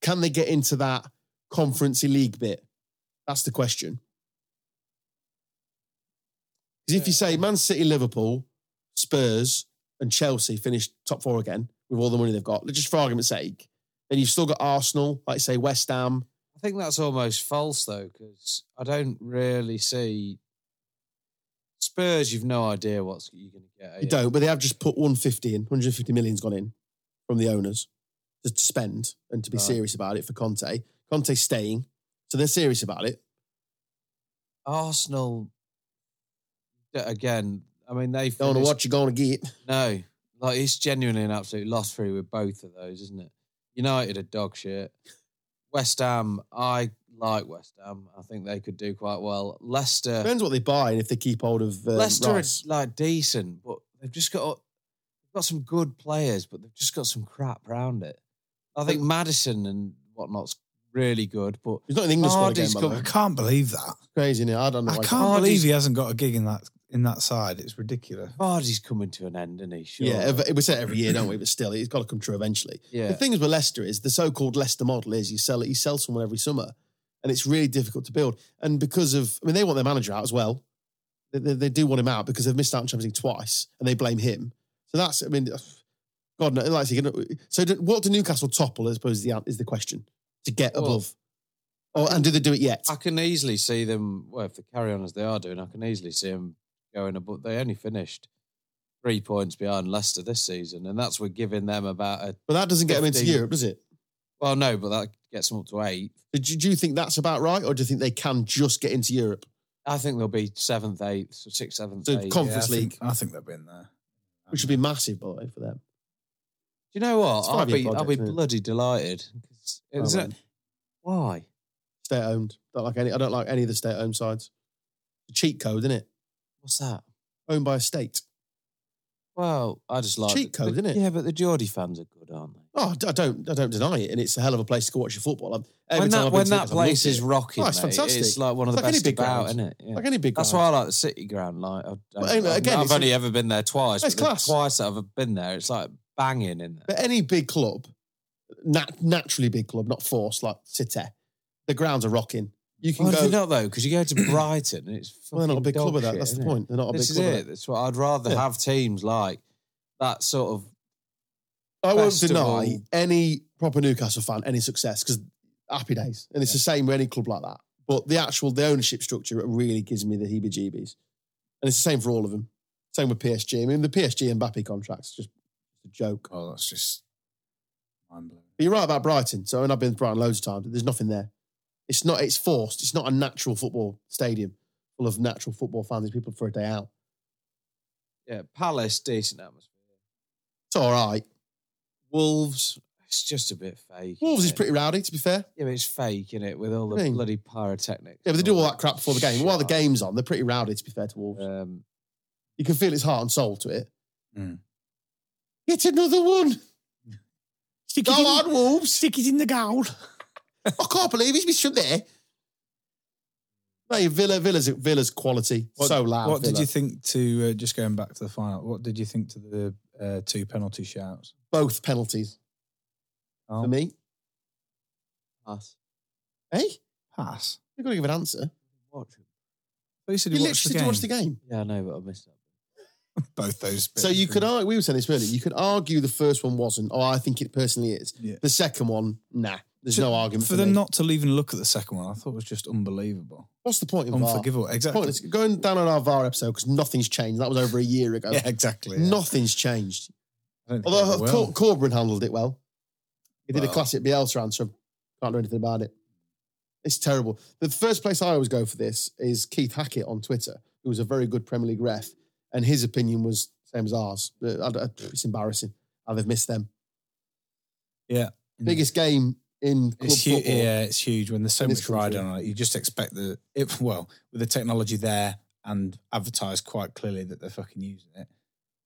S1: Can they get into that conference league bit? That's the question. Because if you say Man City, Liverpool, Spurs, and Chelsea finish top four again with all the money they've got, just for argument's sake, then you've still got Arsenal, like say West Ham.
S5: I think that's almost false though, because I don't really see Spurs. You've no idea what's you're going to get. are
S1: You don't, but they have just put 150 in, 150 million's gone in from the owners to, to spend and to be
S5: Right.
S1: serious about it for Conte. Conte's staying, so they're serious about it.
S5: Arsenal d- again. I mean, they
S1: Don't know
S5: finished-
S1: what you're going to get.
S5: No, like it's genuinely an absolute loss through with both of those, isn't it? United are dog shit. West Ham, I like West Ham. I think they could do quite well. Leicester,
S1: Depends what they buy and if they keep hold of um,
S5: Leicester
S1: Rice.
S5: are like decent, but they've just got they've got some good players, but they've just got some crap round it. I think Madison and whatnot's really good, but
S1: He's not in the England squad again,
S5: Vardy's
S1: by the
S5: got-
S1: way.
S4: I can't believe that.
S1: Crazy, innit? I don't know.
S4: I
S1: why-
S4: can't
S5: Vardy's-
S4: believe he hasn't got a gig in that in that side. It's ridiculous.
S5: Vardy's coming to an end, isn't he? Sure.
S1: Yeah, ev- we say it every year, don't we? But still, it's got to come true eventually. The
S5: yeah.
S1: thing is with Leicester is the so-called Leicester model is you sell you sell someone every summer, and it's really difficult to build. And because of, I mean, they want their manager out as well. They, they, they do want him out because they've missed out on Champions League twice, and they blame him. So that's, I mean, God, no, like you know, so do, what do Newcastle topple? I suppose is the is the question to get
S5: Well,
S1: above. Oh, and do they do it yet?
S5: I can easily see them. Well, if they carry on as they are doing, I can easily see them going. But they only finished three points behind Leicester this season, and that's we're giving them about a.
S1: But that doesn't get them into
S5: 15.
S1: Europe, does it?
S5: Well, no, but that gets them up to eight.
S1: Do you, do you think that's about right, or do you think they can just get into Europe?
S5: I think they'll be seventh, eighth, so sixth, seventh,
S1: So
S5: eighth.
S1: com- Conference
S4: I think-
S1: League.
S4: I think they've been there.
S1: Which would be massive, by the way, for them.
S5: Do you know what?
S1: It's
S5: I'll
S1: five-year
S5: be, I'll
S1: project,
S5: be
S1: isn't it?
S5: bloody delighted. 'Cause it's-
S1: Oh, man.
S5: Why?
S1: State owned. Don't like any. I don't like any of the state owned sides. The cheat code, isn't it?
S5: What's that?
S1: Owned by a state.
S5: Well, I just like
S1: Cheat
S5: the-
S1: code,
S5: the-
S1: innit?
S5: Yeah, but the Geordie fans are good, aren't they?
S1: Oh, I d- I don't. I don't deny it, and it's a hell of a place to go watch your football. I'm, every
S5: when
S1: time I've
S5: that
S1: been
S5: when
S1: to
S5: that
S1: Newcastle, I've
S5: place
S1: loved
S5: is
S1: it.
S5: rocking,
S1: Oh, it's
S5: mate,
S1: fantastic.
S5: It's like one of the
S1: It's like any
S5: best
S1: big
S5: about,
S1: ground.
S5: isn't it? Yeah.
S1: like any big.
S5: That's
S1: ground.
S5: why I like the City Ground. Like, I've,
S1: But anyway, again,
S5: I've
S1: it's-
S5: only ever been there twice.
S1: It's
S5: but the
S1: class.
S5: Twice that I've been there, it's like banging in there.
S1: But any big club, nat- naturally big club, not forced like City, the grounds are rocking. You can
S5: Well,
S1: go.
S5: they're not though, because you
S1: <clears throat>
S5: go to Brighton and it's
S1: well, they're not a
S5: fucking
S1: big club
S5: dog
S1: of that.
S5: shit,
S1: That's the
S5: innit?
S1: point. They're not a big
S5: This is
S1: club. Of
S5: it.
S1: that.
S5: That's what I'd rather
S1: Yeah.
S5: have teams like that sort of.
S1: I won't
S5: Best of
S1: deny
S5: all-
S1: any proper Newcastle fan any success because happy days, and it's the same with any club like that. But the actual the ownership structure it really gives me the heebie-jeebies, and it's the same for all of them. Same with PSG. I mean, the PSG and Mbappe contracts just a joke.
S4: Oh, that's just mind blowing.
S1: But you're right about Brighton. So, and I've been to Brighton loads of times. There's nothing there. It's not. It's forced. It's not a natural football stadium full of natural football fans. It's people for a day out.
S5: Yeah, Palace decent atmosphere.
S1: It's all right.
S5: Wolves It's just a bit fake.
S1: Wolves is
S5: isn't it?
S1: pretty rowdy, to be fair.
S5: Yeah, but it's fake, is it? With all the
S1: Thing.
S5: bloody pyrotechnics.
S1: Yeah, but they do all that crap before the game. While the
S5: Shite.
S1: game's on, they're pretty rowdy, to be fair to Wolves.
S5: Um,
S1: You can feel its heart and soul to it.
S4: Mm.
S1: It's another one.
S4: Stick
S1: Go on, Wolves.
S4: Stick it in the goal.
S1: I can't believe he's been stood there. Mate, Villa, Villa's, Villa's quality. so loud.
S4: What did
S1: Villa.
S4: you think to uh, just going back to the final? What did you think to the uh, two penalty shouts?
S1: Both penalties
S4: Oh,
S1: for me.
S5: us.
S1: Hey,
S4: pass.
S1: you've got to give an answer.
S5: Watch it.
S4: But you said
S1: You
S4: you
S1: literally
S4: watched the
S1: did
S4: game.
S1: watch the game.
S5: Yeah, I know, but I missed that.
S4: Both those.
S1: So
S4: bits,
S1: you
S4: didn't
S1: could argue, we were saying this earlier, you could argue the first one wasn't. Oh, I think it personally is.
S4: Yeah.
S1: The second one, nah. There's
S4: To-
S1: no argument for,
S4: for them
S1: me.
S4: not to even look at the second one. I thought it was just unbelievable,
S1: What's the point of VAR?
S4: unforgivable. Exactly.
S1: Point is, go and download our VAR episode because nothing's changed. That was over a year ago.
S4: yeah, exactly. yeah.
S1: Nothing's changed.
S4: I don't think
S1: Although
S4: it will.
S1: Cor- Corbyn handled it well. He did a
S4: Well.
S1: classic Bielsa answer. Can't do anything about it. It's terrible. The first place I always go for this is Keith Hackett on Twitter, who was a very good Premier League ref, and his opinion was same as ours. Uh, I- I- It's embarrassing how they've missed them.
S4: Yeah.
S1: biggest game in club
S4: It's huge.
S1: football.
S4: Yeah, it's huge. When there's so
S1: In this
S4: much ride
S1: country.
S4: on it, you just expect that. It, well, with the technology there and advertised quite clearly that they're fucking using it.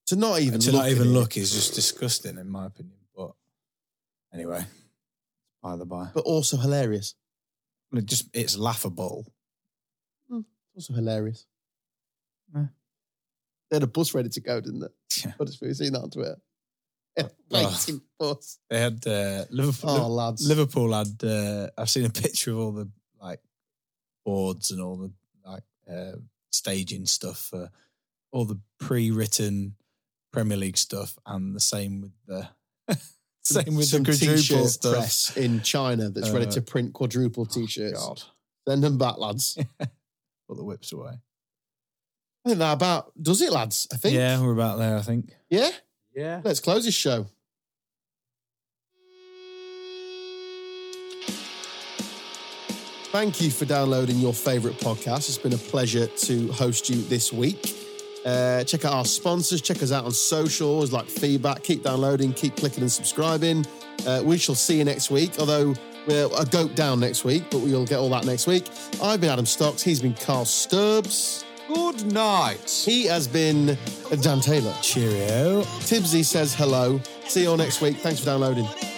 S1: To not even
S4: to
S1: look
S4: not
S1: at
S4: even
S1: it.
S4: look is just disgusting, in my opinion. But anyway, by the by,
S1: but also hilarious.
S4: it just it's laughable.
S1: Also hilarious.
S4: Yeah.
S1: They had a bus ready to go, didn't they?
S4: Yeah.
S1: I just really seen that on Twitter. Yeah,
S4: Oh.
S1: <laughs> waiting bus.
S4: They had uh, Liverpool.
S1: Oh, lads.
S4: Liverpool had. Uh, I've seen a <laughs> picture of all the like boards and all the like uh, staging stuff for all the pre-written Premier League stuff, and the same with the <laughs> same with
S1: Some
S4: the quadruple
S1: t-shirt
S4: stuff.
S1: press in China that's ready
S4: Uh,
S1: to print quadruple t-shirts.
S4: God,
S1: Send them back,
S4: <laughs>
S1: lads.
S4: put the whips away.
S1: I think that about does it, lads. I think.
S4: Yeah, we're about there. I think.
S1: Yeah.
S5: Yeah.
S1: Let's close this show. Thank you for downloading your favourite podcast. It's been a pleasure to host you this week. Uh, check out our sponsors, check us out on socials, like feedback. Keep downloading, keep clicking and subscribing. Uh, we shall see you next week, although we're a goat down next week, but we'll get all that next week. I've been Adam Stocks, he's been Carl Stubbs,
S5: Good night.
S1: he has been Dan Taylor.
S4: Cheerio.
S1: Tibsy says hello. See you all next week. Thanks for downloading.
S6: What is